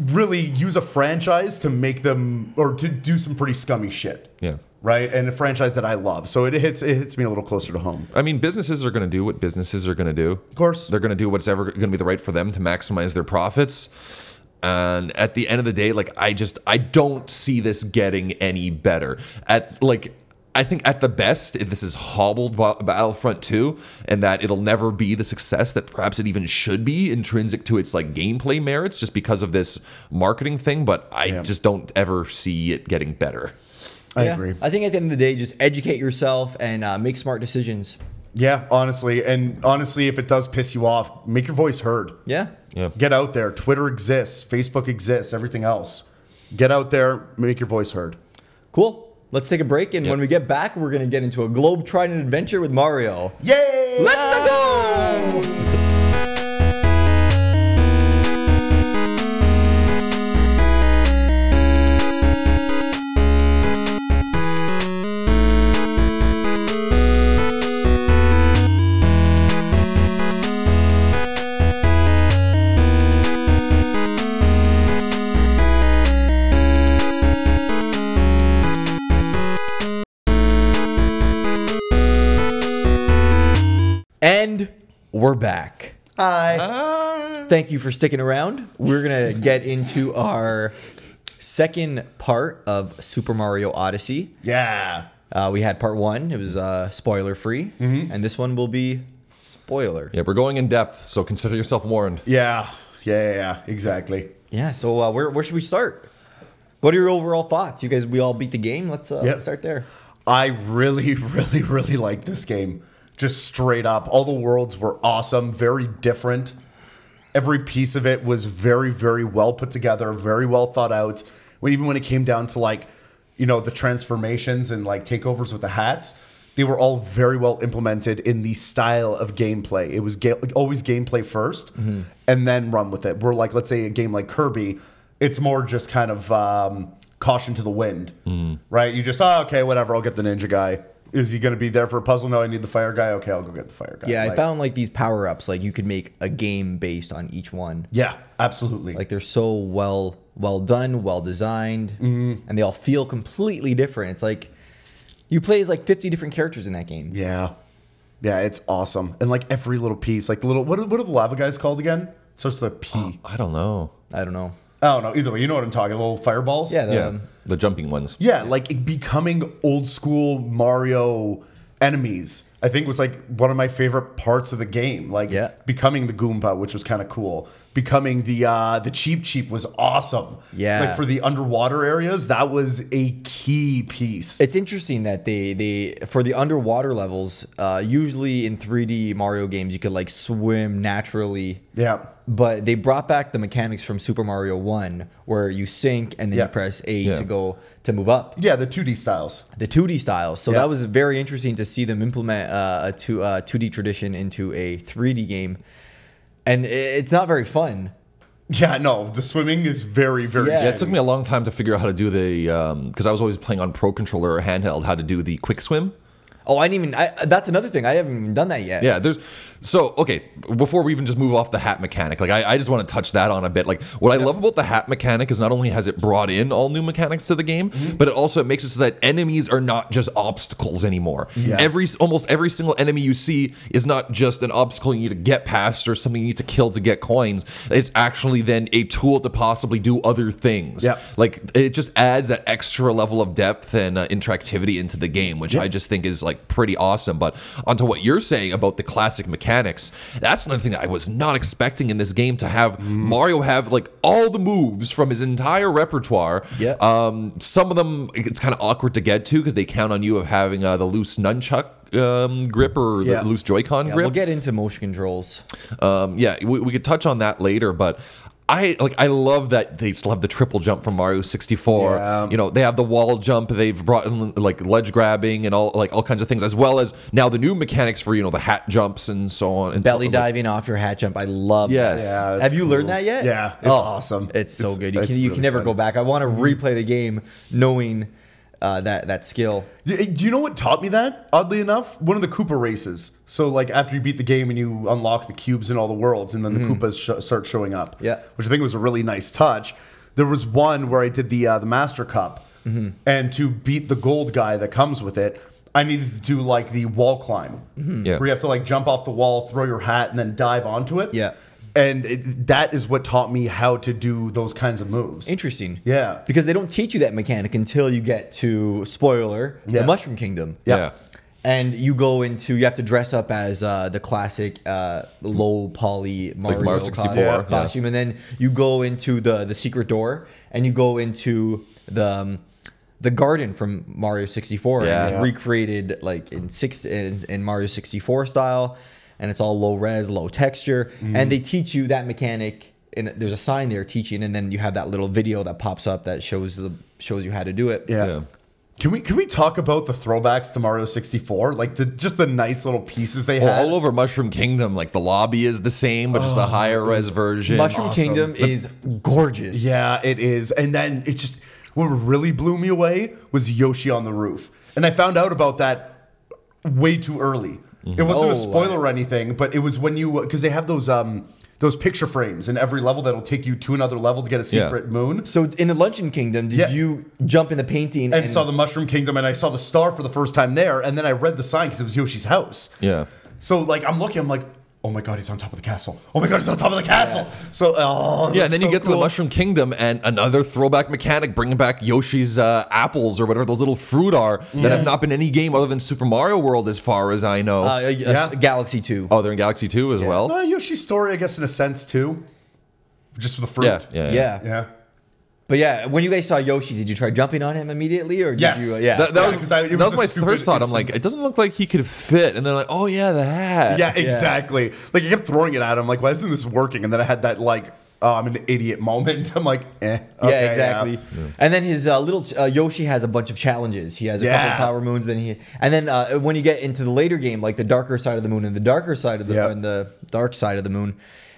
B: really use a franchise to make them or to do some pretty scummy shit.
C: Yeah.
B: Right? And a franchise that I love. So it hits it hits me a little closer to home.
C: I mean, businesses are going to do what businesses are going to do. Of
B: course.
C: They're going to do what's ever going to be the right for them to maximize their profits. And at the end of the day, like I just I don't see this getting any better. At like I think at the best this is hobbled Ba- Battlefront 2 and that it'll never be the success that perhaps it even should be intrinsic to its like gameplay merits just because of this marketing thing, but I just don't ever see it getting better.
B: I
A: Yeah.
B: agree.
A: I think at the end of the day, just educate yourself and uh, make smart decisions.
B: Yeah, honestly. And honestly, if it does piss you off, make your voice heard.
A: Yeah.
C: Yeah.
B: Get out there. Twitter exists, Facebook exists, everything else. Get out there, make your voice heard.
A: Cool. Let's take a break, and when we
C: Yep.
A: get back, we're gonna get into a globe trident adventure with Mario.
B: Yay!
A: Let's go! And we're back.
B: Hi.
A: Thank you for sticking around. We're gonna get into our second part of Super Mario Odyssey.
B: Yeah.
A: Uh, we had part one; it was uh, spoiler free, and this one will be spoiler.
C: Yeah, we're going in depth, so consider yourself warned.
B: Yeah. Yeah, yeah, yeah. exactly.
A: Yeah. So uh, where where should we start? What are your overall thoughts? You guys, we all beat the game. Let's uh,
B: Yep.
A: let's start there.
B: I really, really, really like this game. Just straight up. All the worlds were awesome, very different. Every piece of it was very, very well put together, very well thought out. When, even when it came down to like, you know, the transformations and like takeovers with the hats, They were all very well implemented in the style of gameplay. It was ga- always gameplay 1st
A: Mm-hmm.
B: and then run with it. Where like let's say a game like Kirby, it's more just kind of um, caution to the wind,
A: Mm-hmm.
B: right? You just oh, okay, whatever. I'll get the ninja guy. Is he going to be there for a puzzle? No, I need the fire guy. Okay, I'll go get the fire guy.
A: Yeah, I
B: Like-
A: found like these power ups. Like you could make a game based on each one.
B: Yeah, absolutely.
A: Like they're so well well done, well designed,
B: Mm-hmm.
A: and they all feel completely different. It's like you play as like 50 different characters in that game.
B: Yeah. Yeah, it's awesome. And like every little piece, like the little what are, what are the lava guys called again? It starts with a P.
C: I don't know.
A: I don't know.
B: I don't know. Either way, you know what I'm talking. Little fireballs.
A: Yeah, the,
C: yeah,
A: um,
C: the jumping ones.
B: Yeah, like it becoming old school Mario enemies. I think was like one of my favorite parts of the game. Like
A: Yeah.
B: becoming the Goomba, which was kind of cool. Becoming the uh the cheap cheap was awesome.
A: Yeah.
B: Like for the underwater areas, that was a key piece.
A: It's interesting that they they for the underwater levels, uh, usually in 3D Mario games, you could like swim naturally.
B: yeah.
A: But they brought back the mechanics from Super Mario One, where you sink and then
B: Yeah.
A: you press A
C: Yeah.
A: to go to move up.
B: Yeah, the 2D styles.
A: The 2D styles. So
B: Yeah.
A: that was very interesting to see them implement uh, a two uh, 2D tradition into a 3D game, and i- it's not very fun.
B: Yeah, no, the swimming is very, very
A: Yeah.
C: Yeah, it took me a long time to figure out how to do the because I was always playing on pro controller or handheld how to do the quick swim.
A: Oh, I didn't even. I, that's another thing. I haven't even done that yet.
C: Yeah, there's so okay. Before we even just move off the hat mechanic, like I, I just want to touch that on a bit. Like what I love about the hat mechanic is not only has it brought in all new mechanics to the game, but it also makes it so that enemies are not just obstacles anymore.
B: Yeah.
C: Every almost every single enemy you see is not just an obstacle you need to get past or something you need to kill to get coins. It's actually then a tool to possibly do other things.
B: Yep.
C: like it just adds that extra level of depth and uh, interactivity into the game, which I just think is like pretty awesome. But onto what you're saying about the classic mechanics, that's another thing that I was not expecting in this game to have Mario have like all the moves from his entire repertoire.
A: Yep.
C: Um, some of them it's kind of awkward to get to because they count on you of having uh, the loose nunchuck um, grip or
B: Yeah.
C: the loose Joy-Con
A: Yeah,
C: grip.
A: we'll get into motion controls.
C: Um, yeah, we, we could touch on that later, but I like I love that they still have the triple jump from Mario 64.
B: Yeah.
C: You know, they have the wall jump. They've brought in like ledge grabbing and all like all kinds of things, as well as now the new mechanics for you know the hat jumps and so on. And so-
A: Belly
C: like,
A: diving off your hat jump. I love
C: Yes.
A: that.
B: Yeah, it's
A: Have you
B: cool.
A: learned that yet? Oh,
B: Yeah, it's awesome.
A: It's so
B: It's-
A: good. You
B: it's
A: can you
B: really
A: can never
B: fun. Mm-hmm.
A: go back. I want to replay the game knowing uh, that that skill.
B: Y- eh, Do you know what taught me that? Oddly enough, one of the Koopa races. So, like, after you beat the game and you unlock the cubes in all the worlds, and then the Koopas sh- start showing up.
A: Hmm. Yeah.
B: which I think was a really nice touch. There was one where I did the uh, the Master Cup,
A: Mm-hmm.
B: and to beat the gold guy that comes with it, I needed to do like the wall climb,
A: Mm-hmm.
C: Yeah.
B: where you have to like jump off the wall, throw your hat, and then dive onto it.
A: Yeah.
B: and it, that is what taught me how to do those kinds of moves.
A: Interesting.
B: Yeah.
A: Because they don't teach you that mechanic until you get to spoiler
B: Yeah.
A: the Mushroom Kingdom.
B: Yeah.
C: Yeah.
A: And you go into you have to dress up as uh, the classic uh, low poly Mario,
C: Mario
A: co-
C: 64, yeah.
A: costume, and then you go into the the secret door, and you go into the um, the garden from Mario sixty four,
C: Yeah.
A: and it's
B: Yeah.
A: recreated like in six in, in Mario sixty four style, and it's all low res, low texture,
B: Mm-hmm.
A: and they teach you that mechanic. And there's a sign there teaching, and then you have that little video that pops up that shows the shows you how to do it.
B: Yeah.
C: Yeah.
B: Can we can we talk about the throwbacks to Mario 64? Like the just the nice little pieces they
C: Well,
B: had.
C: all over Mushroom Kingdom, like the lobby is the same, but just a higher res version.
A: Mushroom
B: Oh, awesome.
A: Kingdom is gorgeous.
B: Yeah, it is. And then it just what really blew me away was Yoshi on the roof. And I found out about that way too early. It wasn't
A: Oh,
B: a spoiler or anything, but it was when you because they have those um those picture frames in every level that'll take you to another level to get a
C: Yeah.
B: secret moon.
A: So in the Luncheon Kingdom, did
B: Yeah.
A: you jump in the painting and,
B: And saw the Mushroom Kingdom, and I saw the star for the first time there, and then I read the sign because it was Yoshi's house.
C: Yeah.
B: So like I'm looking, I'm like, oh my god, he's on top of the castle. Oh my god, he's on top of the castle. So oh
C: Yeah, and then
B: so
C: you get to the
B: cool.
C: Mushroom Kingdom and another throwback mechanic bringing back Yoshi's uh, apples or whatever those little fruit are that have not been any game other than Super Mario World, as far as I know.
A: uh,
B: Yeah.
A: uh, Galaxy Two?
C: oh, they're in Galaxy 2 as well?
B: Uh, Yoshi's story, I guess, in a sense too, just with the fruit.
C: Yeah, yeah,
A: yeah.
B: yeah.
A: but yeah, when you guys saw Yoshi, did you try jumping on him immediately, or did
B: Yes.
A: you? Uh, yeah,
C: That, that
B: Yeah,
C: was,
B: 'cause I- it
C: that
B: was
C: was
B: a
C: my
B: stupid
C: first thought. I'm
B: instant-
C: like, it doesn't look like he could fit. And then like, oh yeah, the hat.
B: Yeah, exactly. Like I kept throwing it at him, like, why isn't this working? And then I had that like oh, I'm an idiot moment. I'm like, eh. okay,
A: yeah, exactly. And then his uh, little uh, Yoshi has a bunch of challenges. He has a couple
B: Yeah.
A: of power moons. Then he, and then uh, when you get into the later game, like the darker side of the moon and the darker side of the
B: Yeah.
A: and the dark side of the moon,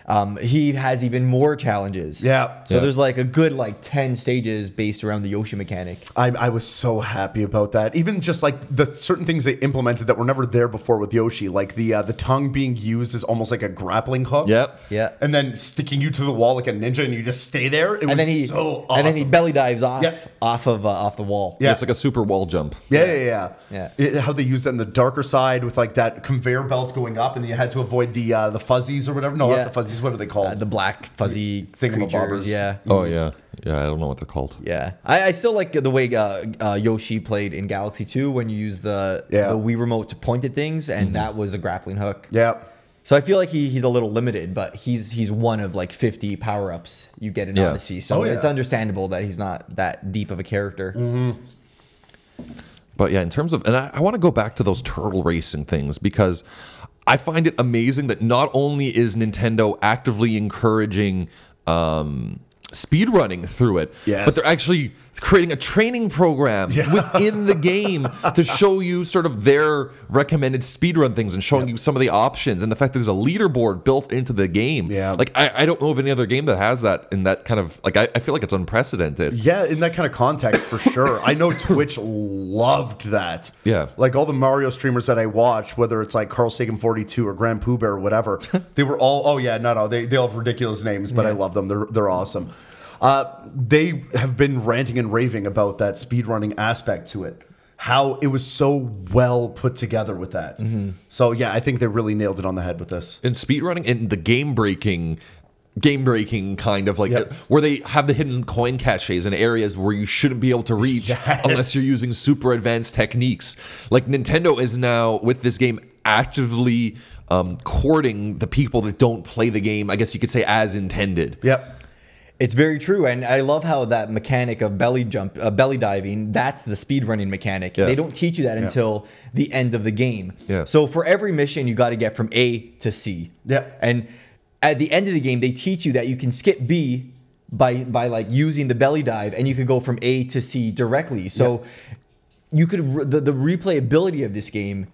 A: um, he has even more challenges.
B: Yeah.
A: So
C: Yeah.
A: there's like a good like ten stages based around the Yoshi mechanic.
B: I, I was so happy about that. Even just like the certain things they implemented that were never there before with Yoshi, like the uh, the tongue being used as almost like a grappling hook.
C: Yep.
A: Yeah.
B: And then sticking you to the wall like a ninja, and you just stay there. It was
A: And then he
B: so awesome.
A: and then he belly dives off
B: Yeah.
A: off of uh, off the wall.
B: Yeah.
C: It's like a super wall jump.
B: yeah, yeah, yeah,
A: Yeah.
B: It- how they used that in the darker side with like that conveyor belt going up, and you had to avoid the uh, the fuzzies or whatever. No,
A: Yeah.
B: not the fuzzies. What are they called?
A: Uh, the black fuzzy
B: Thingamabobbers.
A: creatures. Yeah.
C: Oh yeah, yeah. I don't know what they're called.
A: Yeah, I, I still like the way uh, uh, Yoshi played in Galaxy Two when you use the
B: Yeah.
A: the Wii remote to point at things,
C: Mm-hmm.
A: and that was a grappling hook.
B: yeah.
A: So I feel like he, he's a little limited, but he's he's one of like fifty power ups you get in
C: Yeah.
A: Odyssey, so
B: Oh, yeah. Mm-hmm.
A: it's understandable that he's not that deep of a character.
C: But yeah, in terms of, and I, I want to go back to those turtle racing things because I find it amazing that not only is Nintendo actively encouraging um, speedrunning through it,
B: Yes.
C: but they're actually creating a training program within the game to show you sort of their recommended speedrun things and showing you some of the options and the fact that there's a leaderboard built into the game.
B: Yeah.
C: Like, I, I don't know of any other game that has that in that kind of, like, I, I feel like it's unprecedented.
B: Yeah, in that kind of context, for sure. I know Twitch loved that.
C: Yeah.
B: Like all the Mario streamers that I watch, whether it's like Carl Sagan 42 or Grand Pooh Bear or whatever, they were all, oh, yeah, no, no, they, they all have ridiculous names, but I love them. They're, they're awesome. Uh, they have been ranting and raving about that speedrunning aspect to it, how it was so well put together with that. So, yeah, I think they really nailed it on the head with this.
C: in speedrunning in the game breaking game breaking kind of like
B: Yep.
C: where they have the hidden coin caches in areas where you shouldn't be able to reach
B: Yes.
C: unless you're using super advanced techniques like nintendo is now with this game actively um, courting the people that don't play the game i guess you could say as intended
B: Yep.
A: It's very true, and I love how that mechanic of belly jump, uh, belly diving. That's the speedrunning mechanic.
C: Yeah.
A: They don't teach you that until the end of the game.
C: Yeah.
A: So for every mission, you got to get from A to C.
B: Yeah.
A: And at the end of the game, they teach you that you can skip B by by like using the belly dive, and you could go from A to C directly. So you could re- the, the replayability of this game.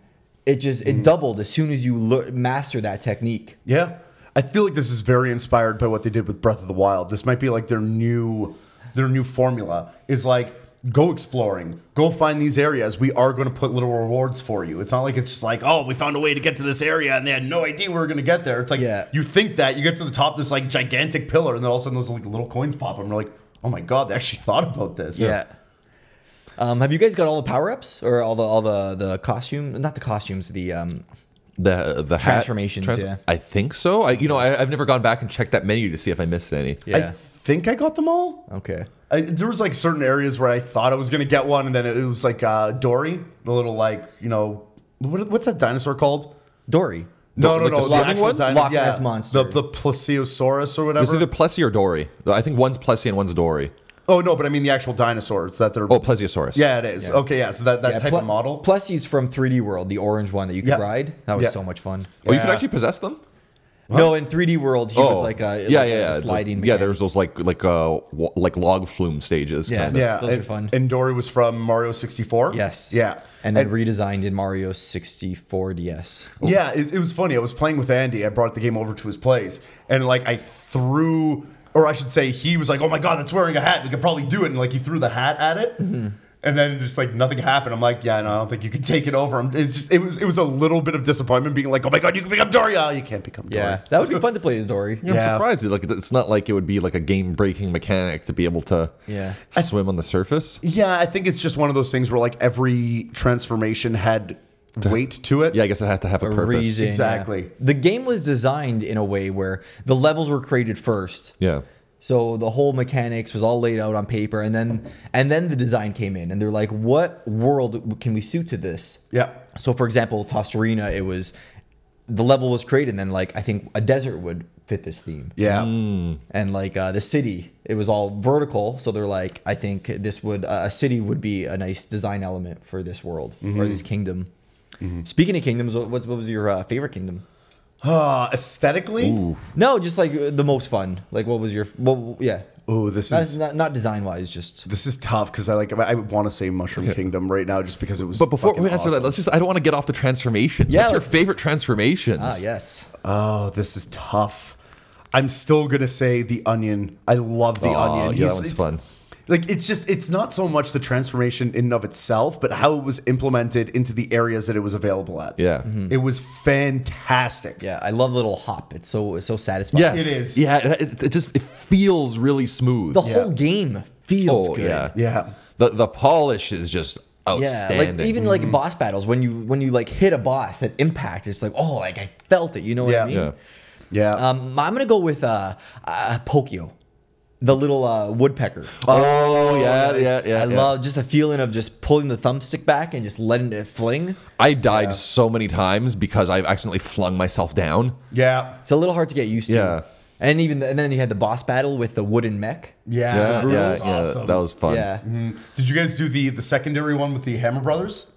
A: It just
C: Mm-hmm.
A: it doubled as soon as you lear- master that technique.
B: Yeah. I feel like this is very inspired by what they did with Breath of the Wild. This might be like their new their new formula. It's like go exploring, go find these areas. We are going to put little rewards for you. It's not like it's just like, "Oh, we found a way to get to this area and they had no idea we were going to get there." It's like
A: Yeah.
B: you think that, you get to the top of this like gigantic pillar and then all of a sudden those like little coins pop up and you're like, "Oh my god, they actually thought about this."
A: Yeah. Um, have you guys got all the power ups or all the all the the costume? Not the costumes. The um,
C: the the hat-
A: Transformations, yeah.
C: i think so i you know I, i've never gone back and checked that menu to see if i missed any
B: I
A: yeah.
B: think I got them all.
A: okay.
B: I, there was like certain areas where I thought I was gonna get one, and then it, was like uh, Dory, the little like you know, what, what's that dinosaur called?
A: Dory.
B: No, no,
C: like
B: no,
C: the
B: the,
C: swimming
B: actual
C: ones?
B: dino-
A: Loch
B: yeah,
A: Ness monster.
B: the the plesiosaurus or
C: it was
B: whatever.
C: either plessy or dory i think one's plessy and one's dory
B: oh no, but I mean the actual dinosaurs that they're.
C: oh plesiosaurus
B: yeah, it is. Okay, yeah, so that, that
A: Yeah,
B: type
A: Pl-
B: of model.
A: Plessy's from 3D World, the orange one that you could
B: Yeah.
A: ride. That was
B: Yeah.
A: so much fun.
C: oh you could
B: Yeah.
C: actually possess them
A: No, in 3D World, he was like a
C: Oh, yeah,
A: like
C: yeah,
A: a
C: yeah.
A: sliding.
C: Yeah,
A: mechanic.
C: there's those like like uh wa- like log flume stages.
A: Yeah.
C: kinda.
B: yeah,
A: those are
B: and,
A: fun.
B: And Dory was from Mario sixty four.
A: yes,
B: Yeah.
A: and then redesigned in Mario 64 DS.
B: Yeah, it, it was funny. I was playing with Andy. I brought the game over to his place, and like I threw, or I should say, he was like, "Oh my god, that's wearing a hat. We could probably do it." And like he threw the hat at it, and then just like nothing happened. I'm like, "Yeah, no, I don't think you can take it over." I'm- It's just it was it was a little bit of disappointment, being like, "Oh my god, you can become Daria. You can't become
A: Yeah,
B: Daria."
A: that would be fun to play as Dory.
C: I'm
B: Yeah.
C: surprised. Like it's not like it would be like a game breaking mechanic to be able to
A: Yeah.
C: swim on the surface.
B: Yeah, I think it's just one of those things where like every transformation had weight to it.
C: Yeah, I guess I have to have a, purpose.
A: reason, yeah.
B: Exactly.
A: The game was designed in a way where the levels were created first.
C: Yeah.
A: So the whole mechanics was all laid out on paper, and then and then the design came in, and they're like, "What world can we suit to this?"
B: yeah.
A: So for example, Tostarina, it was the level was created, and then like I think a desert would fit this theme,
B: Yeah.
A: and like uh, the city, it was all vertical. So they're like, "I think this would uh, a city would be a nice design element for this world or this kingdom." Speaking of kingdoms, what, what was your uh, favorite kingdom?
B: Uh, aesthetically,
A: No, just like uh, the most fun. Like, what was your? Well, yeah.
B: oh, this
A: Not,
B: is
A: not, not design wise, just
B: this is tough because I like I want to say Mushroom Kingdom right now just because it was.
C: But before
B: fucking
C: we answer that,
B: awesome.
C: let's just, I don't want to get off the transformations.
A: Yeah,
C: What's your
A: let's-
C: favorite transformations?
A: ah yes.
B: Oh, this is tough. I'm still gonna say the onion. I love the
C: Aw,
B: onion.
C: yeah, that one's fun.
B: Like it's just it's not so much the transformation in and of itself, but how it was implemented into the areas that it was available at.
C: Yeah.
B: It was fantastic.
A: Mm-hmm. Yeah, I love little hop. It's so it's so satisfying.
D: It
C: Yes.
D: is.
C: Yeah, it, it- it just it feels really smooth.
A: the whole game feels
C: Oh,
A: good.
C: yeah.
B: Yeah.
C: The the polish is just
A: Yeah,
C: outstanding.
A: like even
D: Mm-hmm.
A: like boss battles when you when you like hit a boss that impact, it's like oh like I felt it. You know what
B: Yeah.
A: I mean?
C: yeah.
B: Yeah.
A: Um, I'm gonna go with uh, uh Pokio, the little uh, woodpecker.
C: Oh yeah, yeah, yeah.
A: I
C: yeah.
A: love just the feeling of just pulling the thumbstick back and just letting it fling.
C: I died so many times because I accidentally flung myself down.
B: yeah.
A: It's a little hard to get used to.
C: Yeah.
A: And even and then you had the boss battle with the wooden mech.
B: Yeah.
C: Yeah,
B: that
C: yeah,
B: was
C: yeah,
B: awesome. Mm.
C: That was fun.
A: Yeah.
D: Did you guys do the the secondary one with the Hammer Brothers?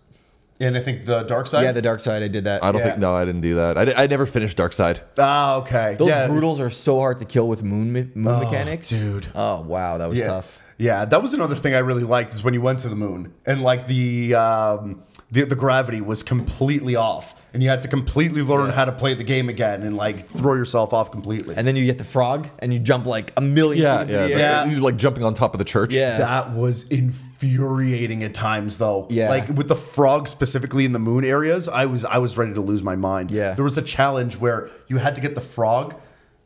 D: And I think the Dark Side.
A: Yeah, the dark side. I did that.
C: I don't
B: Yeah.
C: think no, I didn't do that. I, di- I never finished Dark Side.
B: Ah, okay.
A: Those
B: yeah.
A: brutals are so hard to kill with moon me- moon mechanics,
B: dude.
A: Oh wow, that was
B: yeah.
A: tough.
B: Yeah, that was another thing I really liked is when you went to the moon and like the um, the, the gravity was completely off, and you had to completely learn how to play the game again and like throw yourself off completely.
A: And then you get the frog and you jump like a million. feet into
C: yeah.
A: the air.
B: Yeah.
C: You like jumping on top of the church.
A: Yeah.
B: That was infuriating at times, though.
A: Yeah.
B: like with the frog specifically in the moon areas, I was I was ready to lose my mind.
A: Yeah.
B: there was a challenge where you had to get the frog,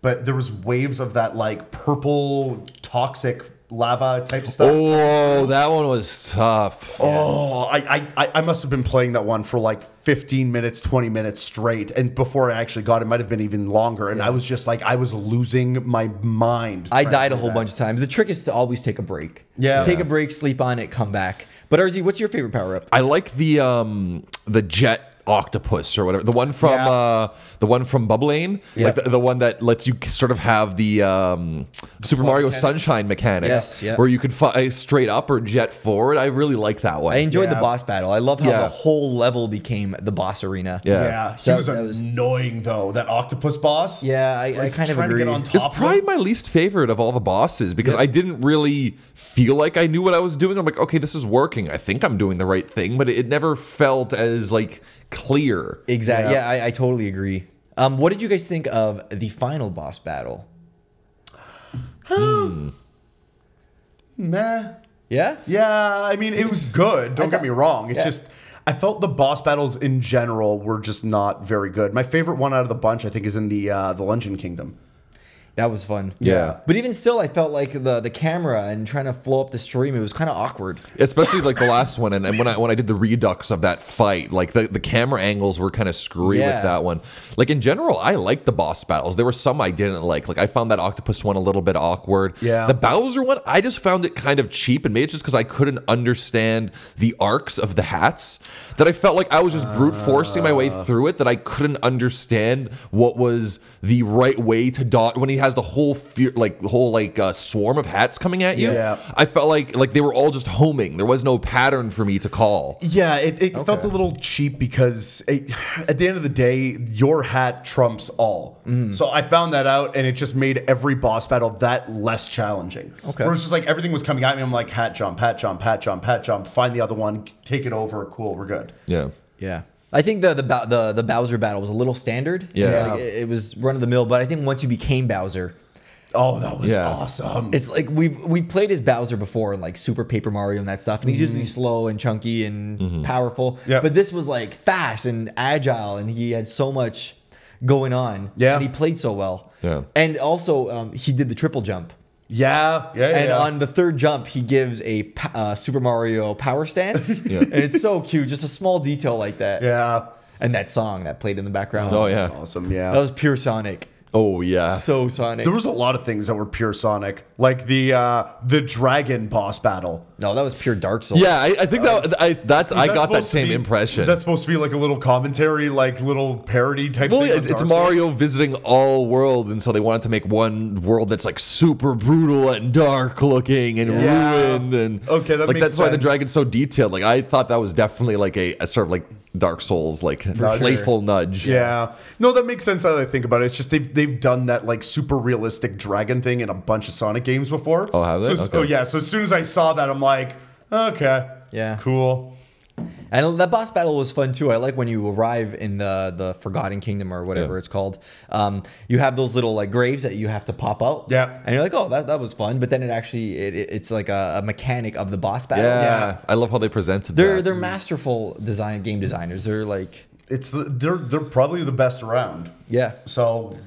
B: but there was waves of that like purple toxic lava type stuff.
C: Oh, that one was tough.
B: Oh, I, I- I, I must have been playing that one for like 15 minutes, 20 minutes straight. And before I actually got it, might have been even longer. And I was just like, I was losing my mind.
A: I
B: trying to
A: died a
B: do
A: whole
B: that.
A: bunch of times. The trick is to always take a break.
B: Yeah.
A: Take
B: Yeah.
A: a break, sleep on it, come back. But RZ, what's your favorite power up?
C: I like the um the jet octopus or whatever the one from
B: Yeah.
C: uh the one from Bubblane like
A: Yeah.
C: the, the one that lets you sort of have the um Super Mario Sunshine mechanics
A: Yes, yeah.
C: where you could fly straight up or jet forward I really like that one
A: I enjoyed the
B: Yeah.
A: boss battle. I love how
C: Yeah.
A: the whole level became the boss arena.
C: Yeah.
B: Yeah, he
A: So
B: was
A: that was-
B: annoying though. That octopus boss.
A: Yeah, I, I
B: Like,
A: kind of
B: trying to
A: agree.
B: get on
C: it's
B: top of
C: probably
B: him.
C: my least favorite of all the bosses because I didn't really feel like I knew what I was doing. I'm like, okay, this is working. I think I'm doing the right thing, but it, it never felt as like clear.
A: exactly. Yeah, I, I totally agree. Um, what did you guys think of the final boss battle?
B: Meh.
A: Yeah.
B: Yeah, I mean, it was good. Don't get me wrong. It's
A: yeah.
B: just, I felt the boss battles in general were just not very good. My favorite one out of the bunch, I think, is in the uh, the Luncheon Kingdom.
A: That was fun.
C: Yeah.
A: But even still, I felt like the the camera and trying to flow up the stream, it was kind of awkward.
C: Especially like the last one, and, and when I when I did the redux of that fight, like the, the camera angles were kind of screwy
A: Yeah.
C: with that one. Like in general, I liked the boss battles. There were some I didn't like. Like I found that octopus one a little bit awkward.
B: Yeah.
C: The Bowser one, I just found it kind of cheap, and maybe it's just because I couldn't understand the arcs of the hats that I felt like I was just brute forcing my way through it. That I couldn't understand what was the right way to dot when he has the whole fear, like whole like uh, swarm of hats coming at you.
B: Yeah.
C: I felt like like they were all just homing. There was no pattern for me to call.
B: Yeah, it, it felt a little cheap because it, at the end of the day, your hat trumps all.
A: Mm.
B: So I found that out, and it just made every boss battle that less challenging.
A: Okay.
B: where it's just like everything was coming at me. I'm like hat jump, hat jump, hat jump, hat jump. Find the other one, take it over. Cool, we're good.
C: Yeah.
A: Yeah. I think the the Bow- the, the Bowser battle was a little standard.
C: Yeah.
A: Like, it, it was run of the mill, but I think once you became Bowser,
B: Oh, that was
C: Yeah.
B: awesome.
A: it's like we've we played as Bowser before, like Super Paper Mario and that stuff, and he's
C: Mm-hmm.
A: usually slow and chunky and powerful.
B: Yep.
A: But this was like fast and agile, and he had so much going on.
B: Yeah.
A: And he played so well.
C: Yeah.
A: And also, um, he did the triple jump.
B: yeah, yeah,
A: And
B: yeah.
A: on the third jump, he gives a pa- uh, Super Mario power stance,
C: Yeah.
A: and it's so cute. Just a small detail like that,
B: yeah,
A: and that song that played in the background.
C: Oh
B: That was
C: yeah.
B: awesome. Yeah,
A: that was pure Sonic.
C: Oh yeah.
A: So Sonic.
B: There was a lot of things that were pure Sonic, like the uh, the dragon boss battle.
A: No, that was pure Dark Souls.
C: Yeah, I, I think that I that's I
B: that
C: got that
B: supposed to
C: same
B: be-
C: impression.
B: Is that supposed to be like a little commentary, like little parody type
C: Well,
B: thing?
C: yeah,
B: on
C: it's, it's
B: Dark Souls?
C: Mario visiting all world, and so they wanted to make one world that's like super brutal and dark looking and
B: Yeah.
C: ruined, and
B: Okay, that
C: like
B: makes
C: that's why the
B: sense.
C: dragon's so detailed. Like I thought that was definitely like a, a sort of like Dark Souls, like playful nudge.
B: Yeah. No, that makes sense now that I think about it. It's just they've they've done that like super realistic dragon thing in a bunch of Sonic games before.
C: Oh, have they?
B: So,
C: Okay.
B: Oh yeah. So as soon as I saw that, I'm like, okay.
A: Yeah.
B: Cool.
A: And that boss battle was fun too. I like when you arrive in the the Forgotten Kingdom or whatever
C: Yeah.
A: it's called. Um, you have those little like graves that you have to pop out.
B: Yeah.
A: And you're like, oh, that, that was fun. But then it actually it, it- it's like a, a mechanic of the boss battle.
C: yeah,
B: Yeah.
C: I love how they presented
A: They're
C: that.
A: they're masterful design game designers. They're like
B: It's the, they're they're probably the best around.
A: yeah.
B: So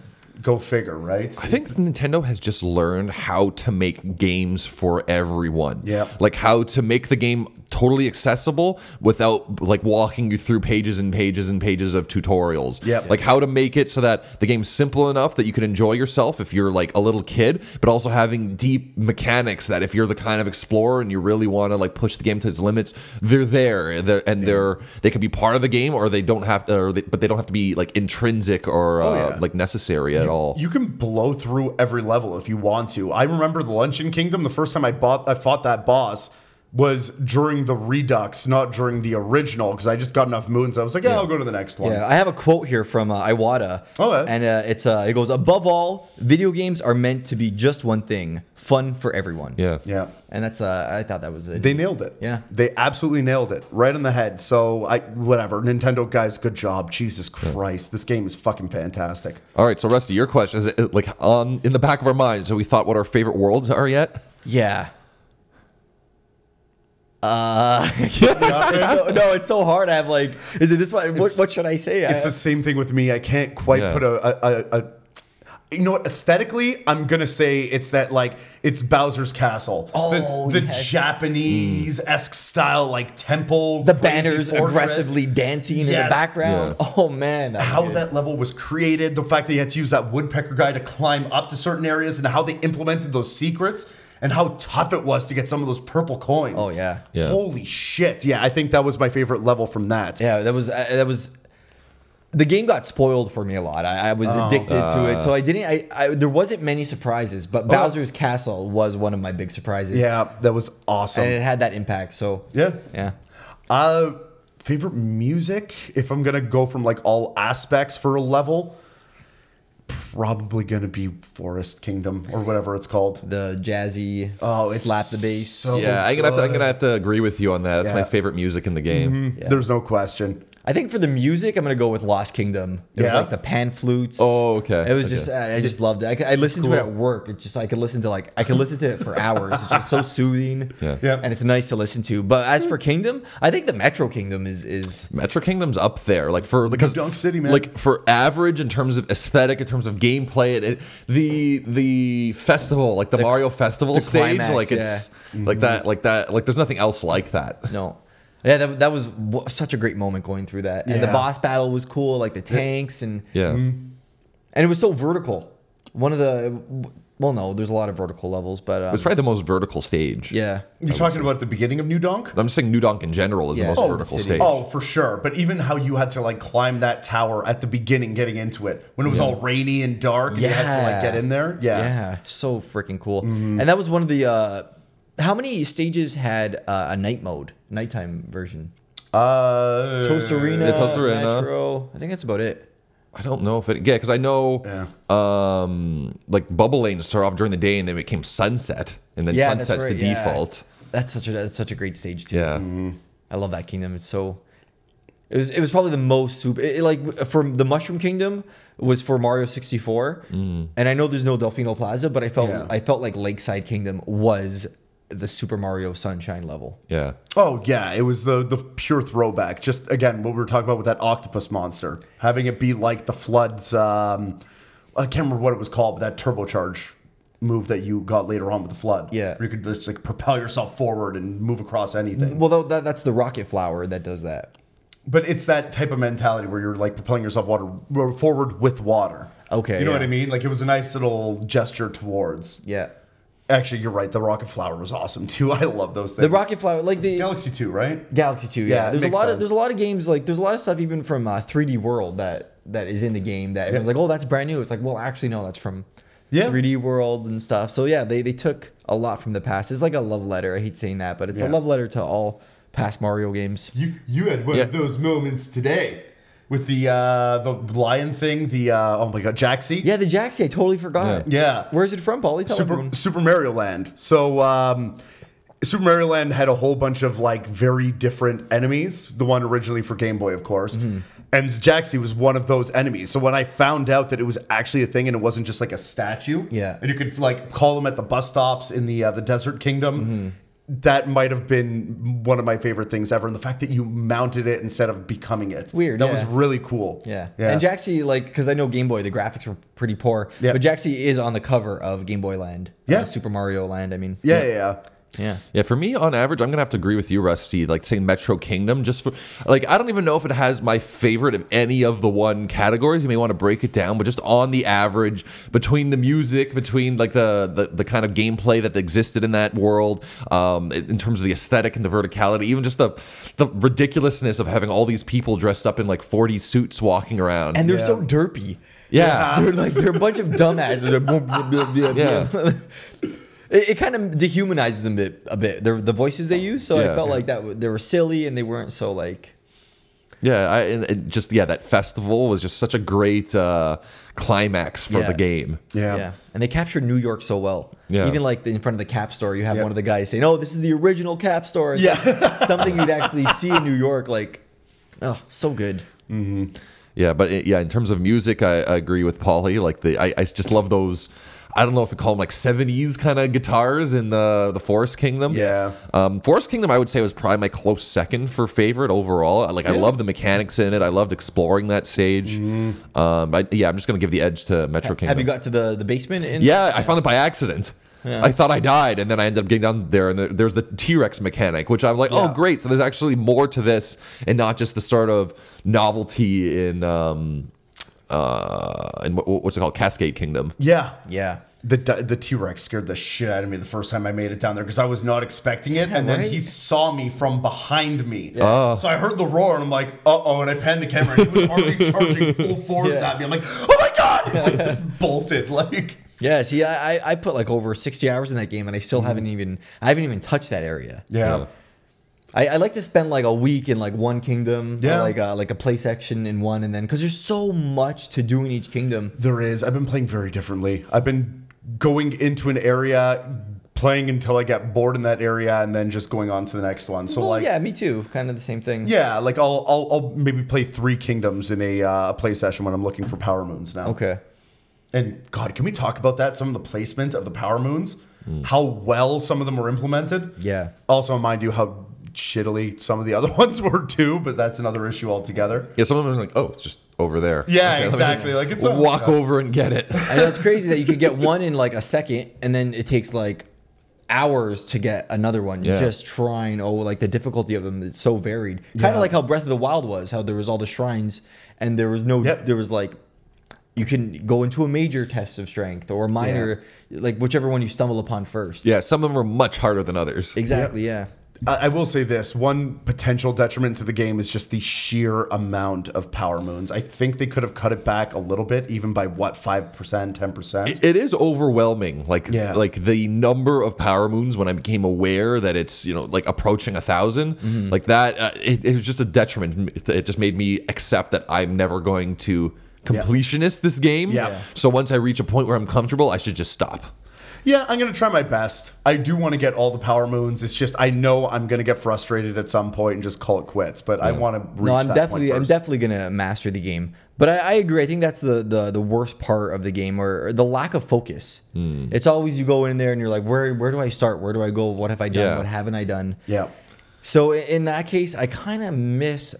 B: go figure, right?
C: I think Nintendo has just learned how to make games for everyone.
B: Yeah.
C: Like how to make the game totally accessible without like walking you through pages and pages and pages of tutorials.
B: Yeah.
C: Like how to make it so that the game's simple enough that you can enjoy yourself if you're like a little kid, but also having deep mechanics that if you're the kind of explorer and you really want to like push the game to its limits, they're there. They're, and they're they can be part of the game or they don't have to or they, but they don't have to be like intrinsic or uh,
B: Oh, yeah.
C: like necessary at all.
B: You can blow through every level if you want to.
A: Mm.
B: I remember the Luncheon Kingdom. The first time I bought, I fought that boss was during the Redux, not during the original, because I just got enough moons. I was like, yeah, I'll go to the next one.
A: Yeah, I have a quote here from uh, Iwata.
B: Oh, yeah.
A: and uh, it's uh, it goes above all, video games are meant to be just one thing: fun for everyone.
C: yeah.
B: Yeah.
A: and that's uh, I thought that was it.
B: They nailed it.
A: Yeah.
B: They absolutely nailed it. Right on the head. So I whatever. Nintendo guys, good job. Jesus Christ. This game is fucking fantastic.
C: All right, so Rusty, your question is uh, like on in the back of our minds. Have we thought what our favorite worlds are yet?
A: Yeah. Uh, it's so, no, it's so hard. I have like, is it this one? What,
B: It's-
A: what should I say? I-
B: It's the same thing with me. I can't quite
C: Yeah.
B: put a, a, a, a you know what? Aesthetically, I'm gonna say it's that like it's Bowser's Castle,
A: Oh,
B: the, the
A: yes.
B: Japanese esque style like temple,
A: the
B: crazy
A: banners
B: fortress.
A: aggressively dancing in the
B: Yes.
A: background.
C: Yeah.
A: Oh man, that was
B: How
A: good.
B: that level was created, the fact that you had to use that woodpecker guy to climb up to certain areas, and how they implemented those secrets, and how tough it was to get some of those purple coins.
A: Oh, yeah.
C: Yeah.
B: Holy shit! Yeah, I think that was my favorite level from that.
A: Yeah, that was uh, that was. The game got spoiled for me a lot. I, I was
B: Oh,
A: addicted to it, so I didn't. I, I there wasn't many surprises, but Bowser's Castle was one of my big surprises.
B: Oh. Yeah, that was awesome.
A: and it had that impact. So
B: Yeah.
A: yeah.
B: Uh, favorite music? If I'm gonna go from like all aspects for a level, probably gonna be Forest Kingdom or whatever it's called.
A: The jazzy
B: Oh, it's
A: slap the bass.
B: so
C: yeah, I'm gonna, have to, I'm gonna have to agree with you on that. It's my
B: Oh Yeah. Mm-hmm.
C: favorite music in the game.
B: There's no question.
A: I think for the music, I'm gonna go with Lost Kingdom. It was
B: Yeah?
A: like the pan flutes.
C: Oh, okay,
A: It was
C: okay.
A: just I I just loved it. I, could- I listened to it at work. It's just I could listen to like I could listen to it for hours. It's just so soothing.
C: Yeah.
B: Yeah.
A: And it's nice to listen to. But as for Kingdom, I think the Metro Kingdom is is
C: Metro Kingdom's up there, like for because
B: Dunk City, man.
C: Like for average in terms of aesthetic, in terms of gameplay, it, it- the the festival, like the, Mario Festival
A: the
C: stage,
A: climax,
C: like it's like that, like that, like there's nothing else like that.
A: no. Yeah, that, that was w- such a great moment going through that. And the
B: Yeah.
A: boss battle was cool, like the tanks and
C: Yeah,
A: and it was so vertical. One of the well, no, there's a lot of vertical levels, but um,
C: it's probably the most vertical stage.
A: yeah.
B: You're talking about the beginning of New Donk?
C: I'm just saying New Donk in general is
A: Yeah.
C: the most
A: Oh,
C: vertical
A: city.
C: stage.
B: Oh, for sure. But even how you had to like climb that tower at the beginning, getting into it when it was all rainy and dark, and you had to like
A: Yeah.
B: get in there. Yeah. Mm-hmm.
A: Yeah, so freaking cool. And that was one of the. Uh, how many stages had uh, a night mode, nighttime version?
B: Uh,
A: Toast Arena,
C: yeah, Toast Arena.
A: Metro. I think that's about it.
C: I don't know if it yeah, because I know
B: Yeah.
C: um like bubble lanes start off during the day and then it became sunset and then
A: Yeah, that's
C: sunset's
A: right,
C: the
A: yeah. Mm-hmm.
C: default.
A: That's such a that's such a great stage too.
C: Yeah.
A: I love that kingdom. It's so. It was, it was probably the most super it, it, like for the Mushroom Kingdom was for Mario 64, and I know there's no Delfino Plaza, but I felt
B: Yeah.
A: I felt like Lakeside Kingdom was the Super Mario Sunshine level.
C: Yeah.
B: Oh yeah, it was the the pure throwback. Just again, what we were talking about with that octopus monster, having it be like the floods. Um, I can't remember what it was called, but that turbocharge move that you got later on with the flood.
A: Yeah. Mm-hmm.
B: where you could just like propel yourself forward and move across anything.
A: Well, tho- that, that's the Rocket Flower that does that.
B: But it's that type of mentality where you're like propelling yourself water forward with water.
A: Okay,
B: you know
A: yeah.
B: what I mean? Like it was a nice little gesture towards.
A: Yeah.
B: Actually, you're right. The rocket flower was awesome too. I love those things.
A: The Rocket Flower, like the
D: Galaxy 2, right?
A: Galaxy Two.
B: Yeah,
A: Yeah,
B: it
A: there's a
B: makes
A: lot
B: sense.
A: of there's a lot of games like there's a lot of stuff even from uh, 3D World that that is in the game that everyone's like, oh, that's brand new. It's like, well, actually, no, that's from
B: Yeah.
A: 3D World and stuff. So yeah, they they took a lot from the past. It's like a love letter. I hate saying that, but it's
B: Yeah.
A: a love letter to all past Mario games.
D: You you had one
C: Yeah.
D: of those moments today.
B: with the uh, the lion thing. The uh, oh my god, Jaxie.
A: Yeah, the Jaxie, I totally forgot.
B: Yeah.
A: Where's it from, Polly? Tell
B: Super,
A: everyone.
B: Super Mario Land. So um, Super Mario Land had a whole bunch of like very different enemies. The one originally for Game Boy, of course.
A: Mm-hmm.
B: And Jaxie was one of those enemies. So when I found out that it was actually a thing and it wasn't just like a statue,
A: Yeah.
B: and you could like call them at the bus stops in the uh, the Desert Kingdom.
A: Mm-hmm.
B: That might have been one of my favorite things ever, and the fact that you mounted it instead of becoming it.
A: Weird,
B: That
A: yeah.
B: was really cool.
A: Yeah.
B: yeah.
A: and Jaxie, like, because I know Game Boy, the graphics were pretty poor,
B: Yeah.
A: but Jaxie is on the cover of Game Boy Land, uh,
B: Yeah.
A: Super Mario Land. I mean,
B: yeah, yeah, yeah.
A: yeah.
C: Yeah, for me, on average, I'm gonna have to agree with you, Rusty. Like, say Metro Kingdom, just for like, I don't even know if it has my favorite of any of the one categories. You may want to break it down, but just on the average, between the music, between like the the, the kind of gameplay that existed in that world, um, in in terms of the aesthetic and the verticality, even just the the ridiculousness of having all these people dressed up in like 40 suits walking around.
A: and they're so derpy.
C: Yeah.
A: they're like they're a bunch of dumbasses. They're blah, blah, blah, blah,
C: Yeah.
A: blah. It, it kind of dehumanizes them a bit. A bit. They're, the voices they use, so
C: Yeah.
A: I felt like that w- they were silly and they weren't so like.
C: Yeah, I, and it just yeah, that festival was just such a great uh, climax for
A: Yeah.
C: the game.
A: Yeah. and they captured New York so well.
C: Yeah.
A: Even like the, in front of the Cap store, you have
B: Yeah.
A: one of the guys saying, "Oh, this is the original Cap store." It's
B: Yeah.
A: something you'd actually see in New York. Like, oh, so good.
C: Yeah, but it, yeah, in terms of music, I, I agree with Paulie. Like the, I, I just love those. I don't know if we call them like '70s kind of guitars in the the Forest Kingdom.
B: Yeah.
C: um, Forest Kingdom, I would say was probably my close second for favorite overall. Like I love the mechanics in it. I loved exploring that stage. Um, I, yeah, I'm just gonna give the edge to Metro Kingdom.
A: Mm-hmm. Have you got to the the basement? In-
C: Yeah, I found it by accident. I thought I died, and then I ended up getting down there, and there- there's the T Rex mechanic, which I'm like,
B: Yeah.
C: oh, great. So there's actually more to this, and not just the sort of novelty in um, uh, in what, what's it called, Cascade Kingdom.
B: Yeah.
A: yeah.
B: The di- the T Rex scared the shit out of me the first time I made it down there because I was not expecting it, and then he
A: right. Oh.
B: saw me from behind me. So I heard the roar, and I'm like, "Uh oh!" And I panned the camera. and He was already charging full force
A: Yeah.
B: at me. I'm like, "Oh my god!" I just bolted like.
A: Yeah, see, I, I- I put like over sixty hours in that game, and I still haven't even I haven't even touched that area.
B: Yeah.
A: I, I like to spend like a week in like one kingdom,
B: Yeah.
A: yeah, like a, like a play section in one, and then because there's so much to do in each kingdom.
B: There is. I've been playing very differently. I've been going into an area, playing until I got bored in that area, and then just going on to the next one. So
A: well,
B: like,
A: yeah, me too. Kind of the same thing.
B: yeah, like I'll, I'll I'll maybe play three kingdoms in a uh, play session when I'm looking for power moons now.
A: Okay.
B: And God, can we talk about that? Some of the placement of the power moons, how well some of them were implemented.
A: Hmm. Yeah.
B: Also, mind you, how shittily some of the other ones were too. But that's another issue altogether.
C: Yeah, some of them are like, oh, it's just over there.
B: Yeah,
C: let me just
B: exactly. Like, it's over.
C: walk over and get it.
A: I know it's crazy that you could get one in like a second, and then it takes like hours to get another one.
C: Yeah.
A: Just trying. Oh, like the difficulty of them. It's so varied. Kind
B: Yeah.
A: of like how Breath of the Wild was. How there was all the shrines, and there was no.
B: Yep.
A: There was like. You can go into a major test of strength or a minor, like whichever one you stumble upon first.
C: yeah, some of them are much harder than others.
A: Exactly. Yeah.
B: I, I will say this: one potential detriment to the game is just the sheer amount of power moons. I think they could have cut it back a little bit, even by what five percent, ten percent.
C: It- it is overwhelming like
B: Yeah.
C: like the number of power moons when i became aware that it's you know like approaching a 1000
B: Mm-hmm.
C: like that uh, it, it was just a detriment it, it just made me accept that i'm never going to completionist this game
B: Yeah. Yeah.
C: so once i reach a point where i'm comfortable i should just stop
B: Yeah, I'm gonna try my best. I do want to get all the power moons. It's just I know I'm gonna get frustrated at some point and just call it quits. But I want to. reach
A: No, I'm
B: that
A: definitely,
B: Point
A: I'm
B: first.
A: definitely gonna master the game. But I, I agree. I think that's the, the the worst part of the game, or, or the lack of focus.
B: Hmm.
A: It's always you go in there and you're like, where where do I start? Where do I go? What have I done?
C: Yeah.
A: What haven't I done?
B: Yeah.
A: So i- in that case, I kind of miss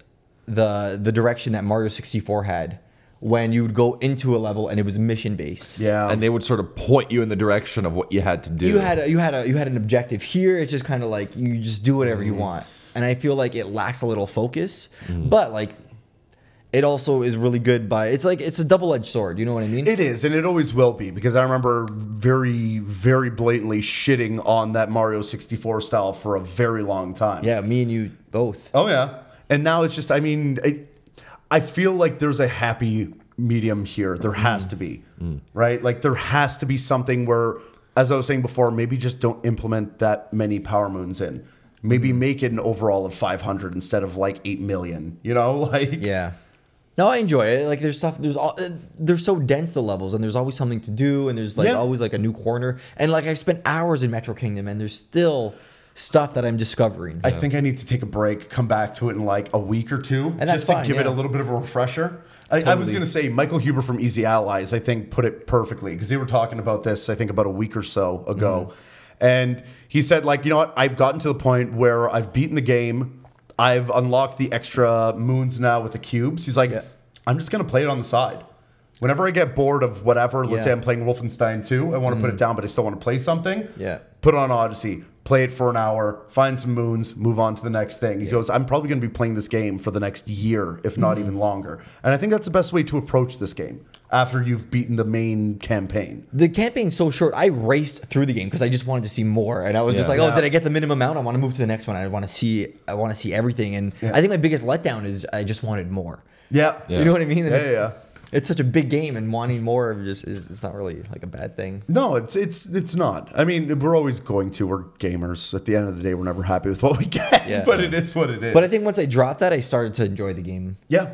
A: the the direction that Mario 64 had when you would go into a level and it was mission based.
B: Yeah.
C: and they would sort of point you in the direction of what you had to do
A: You had a, you had a, you had an objective here. It's just kind of like you
B: Mm-hmm. Mm.
A: just do whatever you want, and I feel like it lacks a little focus. But like, it also is really good by it's like it's a double edged sword. You know what I mean?
B: It is, and it always will be, because I remember very, very blatantly shitting on that Mario 64 style for a very long time.
A: yeah, me and you both.
B: Oh yeah. And now it's just, I mean, I, I feel like there's a happy medium here. There has to be, right? Like there has to be something where, as I was saying before, maybe just don't implement that many power moons in. Maybe make it an overall of 500 instead of like 8 million, you know? Like,
A: Yeah. No, I enjoy it. Like there's stuff. There's all. uh, They're so dense the levels, and there's always something to do, and there's like
B: Yeah.
A: always like a new corner. And like I've spent hours in Metro Kingdom, and there's still stuff that I'm discovering.
B: I think I need to take a break, come back to it in like a week or two,
A: And that's
B: just to
A: fine,
B: give it
A: yeah.
B: a little bit of a refresher. I, I was
A: Totally.
B: going to say Michael Huber from Easy Allies, I think, put it perfectly because they were talking about this, I think, about a week or so ago, and he said like, you know what, I've gotten to the point where I've beaten the game, I've unlocked the extra moons now with the cubes. He's like,
A: Yeah.
B: I'm just going to play it on the side. Whenever I get bored of whatever, let's
A: Yeah.
B: say I'm playing Wolfenstein 2, I want to put it down, but I still want to play something
A: Yeah.
B: put on Odyssey, play it for an hour, find some moons, move on to the next thing. He goes, I'm probably going to be playing this game for the next year, if not
A: Mm-hmm.
B: even longer. And I think that's the best way to approach this game after you've beaten the main campaign.
A: the campaign's so short. I raced through the game because I just wanted to see more, and I was just
C: Yeah.
A: like, "Oh,
B: Yeah.
A: did I get the minimum amount? I want to move to the next one. I want to see. I want to see everything." And I think my biggest letdown is I just wanted more.
B: Yeah.
A: You know what I mean? And
B: Yeah,
A: it's,
B: yeah.
A: It's such a big game, and wanting more of just is it's not really like a bad thing.
B: No, it's it's it's not. I mean, we're always going to. We're gamers. At the end of the day, we're never happy with what we get,
A: Yeah.
B: but it is what it is.
A: But I think once I dropped that, I started to enjoy the game.
B: yeah,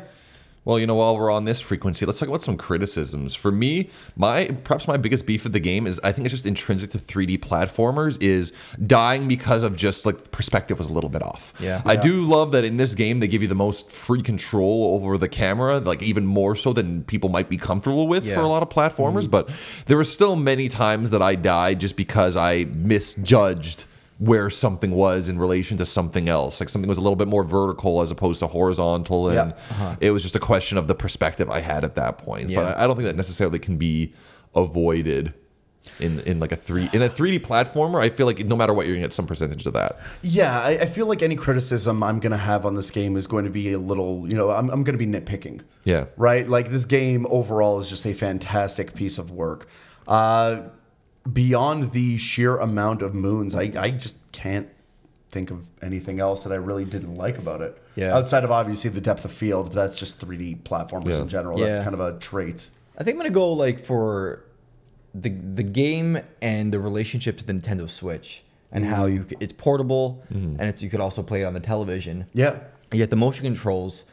C: Well, you know, while we're on this frequency, let's talk about some criticisms. For me, my perhaps my biggest beef of the game is I think it's just intrinsic to 3D platformers is dying because of just like perspective was a little bit off.
A: Yeah.
C: I do love that in this game they give you the most free control over the camera, like even more so than people might be comfortable with for
A: Yeah. Mm-hmm.
C: a lot of platformers. But there were still many times that I died just because I misjudged where something was in relation to something else. Like something was a little bit more vertical as opposed to horizontal and
B: Yeah.
C: it was just a question of the perspective I had at that point.
A: Yeah.
C: But I I don't think that necessarily can be avoided in in like a three in a 3D platformer. I feel like no matter what, you're gonna get some percentage of that.
B: Yeah, I, I feel like any criticism I'm going to have on this game is going to be a little, you know, I'm, I'm going to be nitpicking.
C: Yeah.
B: Right? Like, this game overall is just a fantastic piece of work. Uh, beyond the sheer amount of moons, I, I just can't think of anything else that I really didn't like about it.
A: Yeah.
B: Outside of obviously the depth of field, but that's just 3D platformers
C: Yeah.
B: in general. That's
A: Yeah.
B: kind of a trait.
A: I think I'm gonna go like for the the game and the relationship to the Nintendo Switch and how
B: Mm.
A: you c- it's portable
B: Mm-hmm.
A: and it's you could also play it on the television.
B: Yeah.
A: Yet the motion controls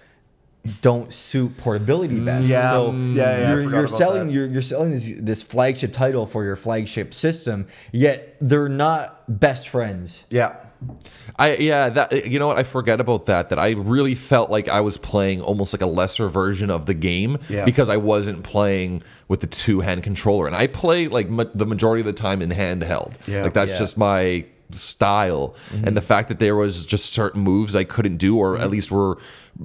A: don't suit portability best.
B: Mm, yeah.
A: So
B: Yeah, yeah, I
A: you're,
B: forgot
A: you're
B: about
A: selling
B: that.
A: you're, you're selling this this flagship title for your flagship system. Yet they're not best friends.
B: Yeah.
C: I yeah that you know what I forget about that that I really felt like I was playing almost like a lesser version of the game
B: Yeah.
C: because I wasn't playing with the two hand controller and I play like ma- the majority of the time in handheld
B: Yeah.
C: like that's
A: Yeah.
C: just my style and the fact that there was just certain moves I couldn't do or
B: Mm-hmm.
C: at least were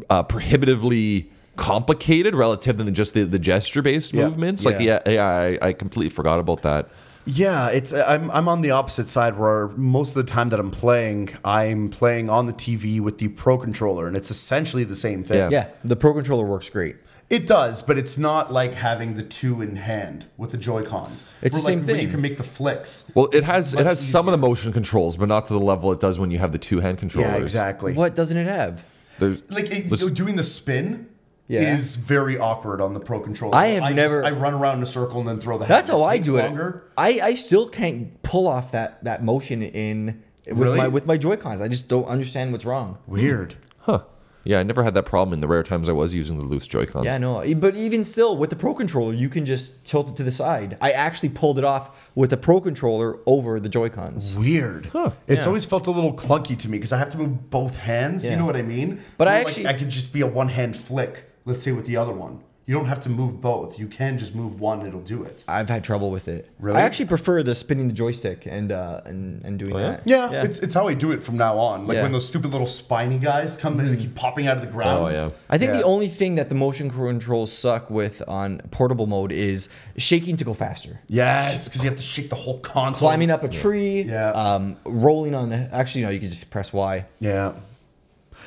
C: uh, prohibitively complicated relative than just the, the gesture based
B: Yeah.
C: movements like
A: Yeah.
C: yeah, yeah I, I completely forgot about that
B: Yeah, it's I'm I'm on the opposite side where most of the time that I'm playing, I'm playing on the TV with the Pro controller, and it's essentially the same thing.
C: Yeah.
A: Yeah, the Pro controller works great.
B: It does, but it's not like having the two in hand with the Joy Cons.
A: It's the
B: like,
A: same
B: where
A: thing.
B: You can make the flicks.
C: well it has
B: much
C: it has some of the motion controls but not to the level it does when you have the two hand controllers
B: Yeah, exactly.
A: What doesn't it have?
C: There's,
B: Like it,
C: Was-
B: doing the spin
A: Yeah.
B: is very awkward on the Pro controller.
A: I have
B: just-
A: never-
B: I run around in a circle and then throw the.
A: That's
B: hat.
A: how I
B: takes
A: do it.
B: Longer.
A: I, I still can't pull off that that motion in with
B: Really?
A: my with my Joy Cons. I just don't understand what's wrong.
B: Weird.
C: Huh. Yeah, I never had that problem in the rare times I was using the loose Joy-Cons.
A: Yeah, no. e, But even still, with the Pro controller, you can just tilt it to the side. I actually pulled it off with the Pro controller over the Joy Cons.
B: Weird. It's
A: Yeah.
B: always felt a little clunky to me because I have to move both hands. You
A: Yeah.
B: know what I mean?
A: But I
B: like,
A: actually-
B: I could just be a one hand flick. Let's say with the other one, you don't have to move both. You can just move one. It'll do it.
A: I've had trouble with it.
B: Really?
A: I actually prefer the spinning the joystick and uh, and and doing that.
B: Oh, Yeah, it's it's how I do it from now on. Like
A: Yeah.
B: when those stupid little spiny guys come in and keep popping out of the ground.
C: Oh yeah.
A: I think
B: Yeah.
A: the only thing that the motion controls suck with on portable mode is shaking to go faster.
B: Yes, because you have to shake the whole console.
A: Climbing up a tree,
B: Yeah.
A: um, rolling on. Actually, no, you can just press Y.
B: Yeah.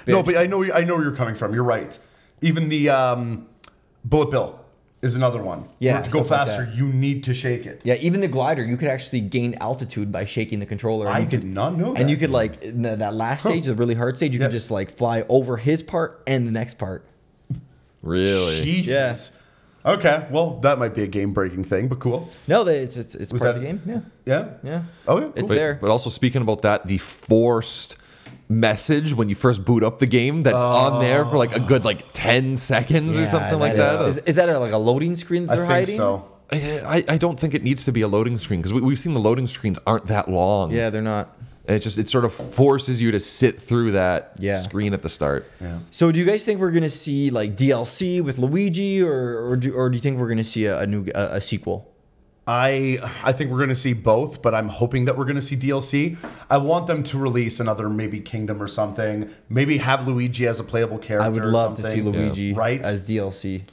A: Bitch.
B: No, but I know I know where you're coming from. You're right.
D: Even the um, bullet bill is another one.
A: Yeah,
D: Or to go
A: stuff like
D: faster,
A: that.
D: you need to shake it.
A: Yeah, even the glider, you could actually gain altitude by shaking the controller. and
D: I
A: you could-
D: did not know that.
A: And you could like in the, that last stage, the really hard stage, you
D: Yeah.
A: could just like fly over his part and the next part.
C: Really?
D: Jesus.
B: Okay, well, that might be a game breaking thing, but cool.
A: No, that it's it's, it's part of
D: that-
A: the game. Yeah,
D: Yeah.
A: yeah.
B: Oh, yeah.
A: It's
B: cool.
C: But,
A: there.
C: but also speaking about that, the forced message when you first boot up the game that's on there for like a good like 10 seconds or
A: Yeah,
C: something like
A: is-
C: that.
A: Is, is that a, like a loading screen that
B: I
A: they're
B: think
A: hiding?
B: so.
C: I, I don't think it needs to be a loading screen because we, we've seen the loading screens aren't that long.
A: Yeah, they're not.
C: And it just it sort of forces you to sit through that
A: Yeah.
C: screen at the start.
B: Yeah.
A: So, do you guys think we're gonna see like DLC with Luigi, or or do, or do you think we're gonna see a, a new a, a sequel?
B: I I think we're going to see both, but I'm hoping that we're going to see DLC. I want them to release another maybe Kingdom or something. Maybe have Luigi as a playable character.
A: I would
B: or
A: love to see
B: something.
A: Luigi
B: Right?
A: as DLC.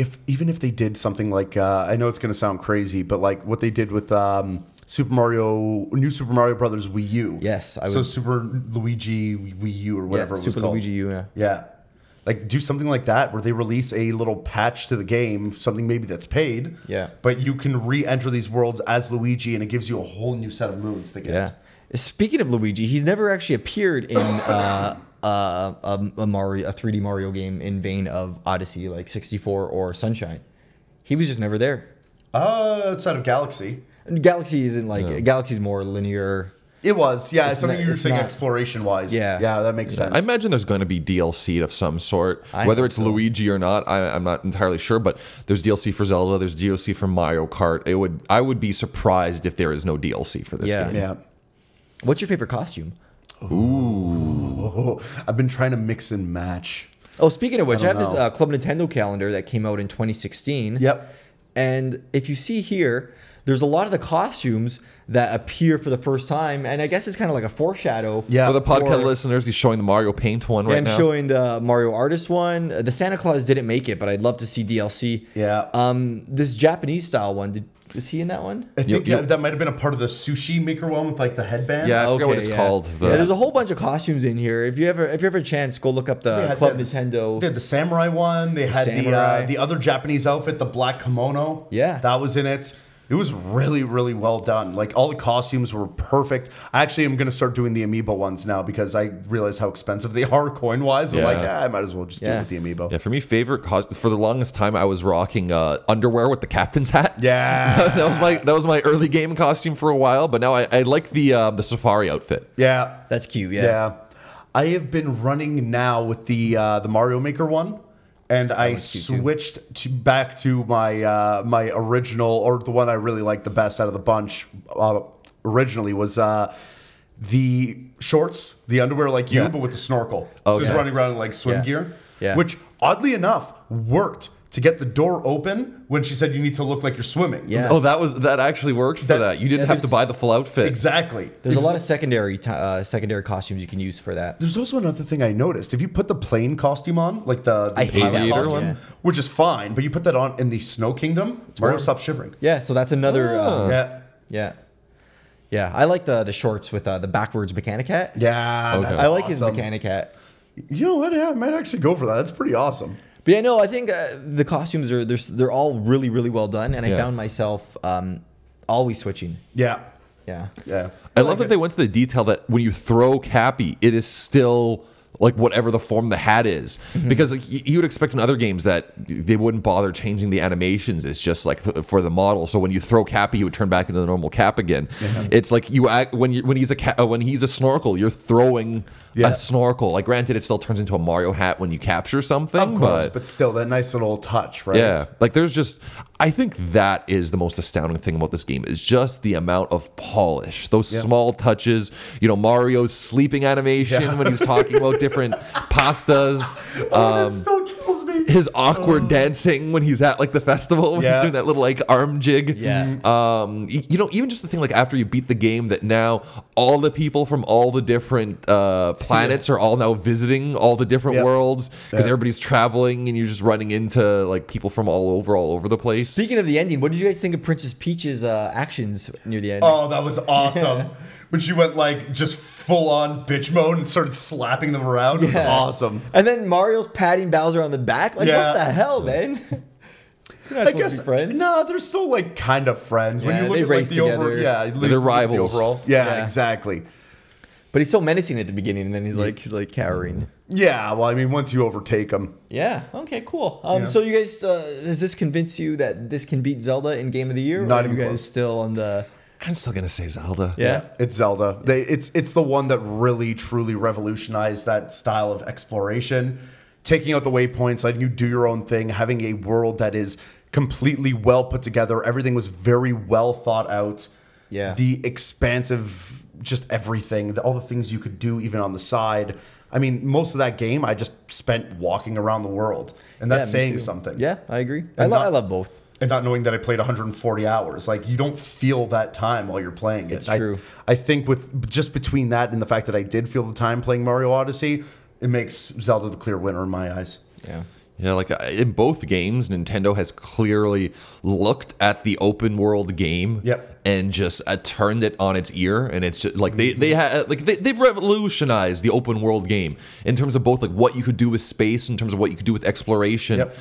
B: If even if they did something like uh, I know it's going to sound crazy, but like what they did with um, Super Mario, New Super Mario Brothers Wii U.
A: Yes, I
B: so
A: would.
B: Super Luigi Wii U or
A: yeah,
B: whatever it was
A: Super
B: called.
A: Luigi U. Yeah.
B: Yeah. Like do something like that where they release a little patch to the game, something maybe that's paid.
A: Yeah.
B: But you can re-enter these worlds as Luigi and it gives you a whole new set of moons to get.
A: Yeah. Speaking of Luigi, he's never actually appeared in uh, uh, a, a Mario, a 3D Mario game in vein of Odyssey, like 64 or Sunshine. He was just never there.
B: Uh outside of Galaxy.
A: And Galaxy isn't like Galaxy's more linear.
B: It was, yeah,
A: It's
B: something
A: not-
B: you were
A: it's
B: saying
A: not-
B: exploration wise.
A: Yeah.
B: Yeah, that makes sense.
C: I imagine there's going to be DLC of some sort,
A: I
C: whether
A: hope
C: it's Luigi or not. I, I'm not entirely sure, but there's DLC for Zelda, there's DLC for Mario Kart. It would I would be surprised if there is no DLC for this
A: Yeah.
C: game.
B: yeah.
A: What's your favorite costume?
B: Oh, I've been trying to mix and match.
A: Oh, speaking of which, I,
B: don't
A: have this
B: know.
A: uh, Club Nintendo calendar that came out in 2016.
B: Yep.
A: And if you see here, there's a lot of the costumes that appear for the first time, and I guess it's kind of like a foreshadow.
B: Yeah.
C: For the podcast
A: Or-
C: listeners, he's showing the Mario Paint one right
A: I'm
C: now.
A: showing the Mario Artist one. Uh, The Santa Claus didn't make it, but I'd love to see DLC.
B: Yeah. Uh,
A: Um, this Japanese style one. Did was he in that one?
B: I
C: You-
B: think
C: you-
B: that- that might have been a part of the sushi maker one with like the headband.
C: Yeah, I forget what it's called. The-
A: yeah, there's a whole bunch of costumes in here. If you ever, if you ever a chance, go look up the
B: They had-
A: Uh, Club
B: they had the-
A: Nintendo.
B: they had the samurai one. They had the
A: samurai.
B: uh, the other Japanese outfit, the black kimono.
A: Yeah.
B: that was in it. It was really, really well done. Like all the costumes were perfect. I actually am gonna start doing the amiibo ones now because I realize how expensive they are coin wise. I'm
C: Yeah.
B: like, ah, I might as well just
A: Yeah.
B: do it with the amiibo.
C: Yeah, for me, favorite cos for the longest time I was rocking uh, underwear with the captain's hat.
B: Yeah.
C: that was my that was my early game costume for a while, but now I, I like the uh, the safari outfit.
B: yeah.
A: That's cute. Yeah.
B: Yeah. I have been running now with the uh, the Mario Maker one, and I switched to, back to my uh, my original or the one I really liked the best out of the bunch. Uh, originally was uh, the shorts, the underwear like you,
C: Yeah.
B: but with the snorkel. Oh, so
A: yeah.
B: just running around in like swim
A: Yeah.
B: gear,
A: Yeah.
B: which oddly enough worked to get the door open when she said you need to look like you're swimming.
A: Yeah.
C: Oh, that was that actually worked for that.
B: That-
C: You didn't
A: yeah,
C: have to
A: there's-
C: buy the full outfit.
B: exactly.
A: There's a lot of secondary ti- uh, secondary costumes you can use for that.
B: There's also another thing I noticed. If you put the plane costume on, like the, the
A: I hate
B: pilot
A: that.
B: costume,
A: Yeah.
B: which is fine, but you put that on in the Snow Kingdom, Mario stops shivering.
A: Yeah. So that's another. Uh,
B: Ah. Yeah.
A: yeah. Yeah. I like the the shorts with uh, the backwards mechanic hat.
B: Yeah.
C: Okay.
B: That's
A: I like his
B: awesome.
A: mechanic hat.
B: You know what? Yeah, I might actually go for that. That's pretty awesome.
A: But yeah, no, I think uh, the costumes are they're, they're all really really well done, and
C: Yeah.
A: I found myself um, always switching.
B: Yeah.
A: Yeah,
B: Yeah.
C: I love that they went to the detail that when you throw Cappy, it is still like whatever the form the hat is,
B: Mm-hmm.
C: because like, y- you would expect in other games that they wouldn't bother changing the animations. It's just like th- for the model. So when you throw Cappy, he would turn back into the normal cap again. It's like you act, when you when he's a ca- uh, when he's a snorkel, you're throwing
B: Yeah.
C: a snorkel. Like granted, it still turns into a Mario hat when you capture something.
B: Of course,
C: but-
B: but, still, that nice little touch, right?
C: yeah, like there's just I think that is the most astounding thing about this game is just the amount of polish. Those small touches, you know, Mario's sleeping animation when he's talking about different pastas,
B: Oh,
C: um,
B: that still kills me.
C: his awkward dancing when he's at like the festival when he's
B: Yeah.
C: doing that little like arm jig.
A: Yeah.
C: Um, y- you know, even just the thing like after you beat the game that now all the people from all the different uh, planets are all now visiting all the different
B: Yeah.
C: worlds because
B: Yeah.
C: everybody's traveling and you're just running into like people from all over, all over the place.
A: Speaking of the ending, what did you guys think of Princess Peach's uh, actions near the end?
B: Oh, that was awesome. when she went like just full on bitch mode and started slapping them around. It was
A: Yeah.
B: awesome.
A: And then Mario's patting Bowser on the back. back. Like
D: Yeah.
A: what the hell, man? You're not
B: I
A: supposed
B: guess
A: to be friends.
B: No, they're still like kind of friends. when
A: Yeah,
B: you look
A: they
B: at like
A: race
B: the over,
A: together.
B: yeah,
C: They're
B: look at the
C: rivals.
B: overall. Yeah,
A: Yeah.
B: exactly.
A: But he's so menacing at the beginning, and then he's like he's like cowering.
B: Yeah, well, I mean, once you overtake them,
A: Yeah. Okay. Cool. Um.
D: Yeah.
A: So you guys, uh, does this convince you that this can beat Zelda in Game of the Year? or
B: Not
A: are
B: even
A: you guys
B: close.
A: still on the?
C: I'm still gonna say Zelda.
A: Yeah.
B: it's Zelda. They, it's it's the one that really truly revolutionized that style of exploration, taking out the waypoints, letting you do your own thing, having a world that is completely well put together. Everything was very well thought out.
A: Yeah.
B: the expansive, just everything, the, all the things you could do, even on the side. I mean, most of that game, I just spent walking around the world, and
A: Yeah,
B: that's
A: me
B: saying
A: too.
B: something.
A: Yeah, I agree. I, lo-
B: not-
A: I love both.
B: and not knowing that I played 140 hours. Like you don't feel that time while you're playing it.
A: It's true.
B: I, I think with just between that and the fact that I did feel the time playing Mario Odyssey, it makes Zelda the clear winner in my eyes.
A: Yeah.
C: Yeah, like uh, in both games, Nintendo has clearly looked at the open world game
B: Yep.
C: and just uh, turned it on its ear. And it's just like they they
B: Mm-hmm.
C: ha- like they, they've revolutionized the open world game in terms of both like what you could do with space, in terms of what you could do with exploration.
B: Yep.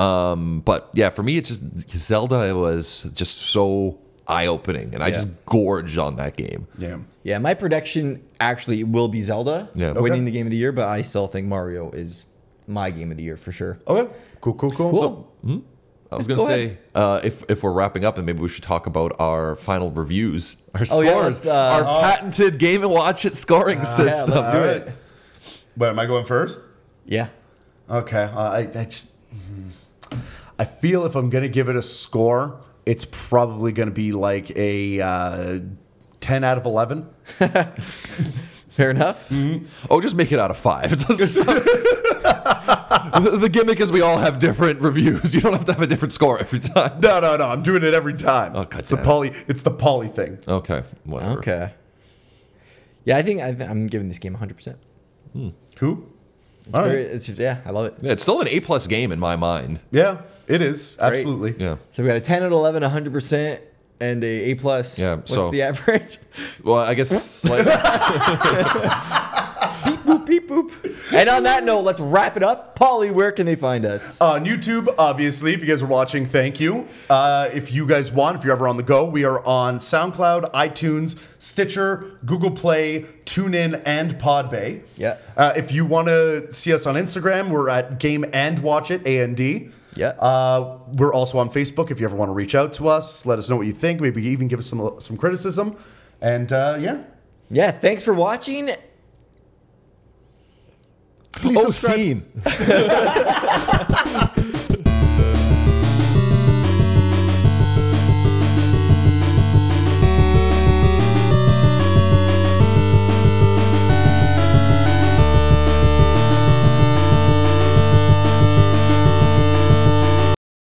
C: Um, but yeah, for me, it's just Zelda was just so eye opening, and I
A: Yeah.
C: just gorged on that game.
B: Yeah.
A: Yeah. My prediction actually will be Zelda
C: Yeah. Okay.
A: winning the Game of the Year, but I still think Mario is my Game of the Year for sure.
B: Okay. Cool. Cool. Cool.
C: So, hmm? I was going to
A: Go
C: say,
A: ahead.
C: uh, if if we're wrapping up, then maybe we should talk about our final reviews, our
A: Oh,
C: scores,
A: yeah, let's, uh,
C: our patented Game and Watch It scoring
A: Yeah.
C: system.
A: Let's do
B: All
A: it.
B: right. Wait, am I going first?
A: Yeah.
B: Okay. Uh, I, I just, mm. I feel if I'm gonna give it a score, it's probably gonna be like a uh, 10 out of 11.
A: Fair enough.
C: Oh, just make it out of five. It doesn't sound- the the gimmick is we all have different reviews. You don't have to have a different score every time.
B: No, no, no. I'm doing it every time.
C: Oh, God
B: it's the
C: damn it.
B: poly. It's the poly thing.
C: Okay, whatever.
A: Okay. Yeah, I think I, I'm giving this game 100. percent
B: Cool.
A: It's
B: All right.
A: very, it's, yeah, I love it.
C: Yeah, it's still an A plus game in my mind.
B: Yeah, it is absolutely.
C: Yeah.
A: So we got a 10 out of 11, 100 percent, and a A plus.
C: Yeah,
A: What's
C: so-
A: the average?
C: Well, I guess slightly.
A: beep boop beep boop. And on that note, let's wrap it up. Polly, where can they find us?
B: Uh, On YouTube, obviously, if you guys are watching, thank you. Uh, if you guys want, if you're ever on the go, we are on SoundCloud, iTunes, Stitcher, Google Play, TuneIn, and Podbay.
A: Yeah.
B: Uh, if you want to see us on Instagram, we're at Game and Watch It A and D.
A: Yeah.
B: Uh, we're also on Facebook. If you ever want to reach out to us, let us know what you think. Maybe even give us some some criticism. And uh, yeah,
A: Yeah, thanks for watching.
C: oh, scene.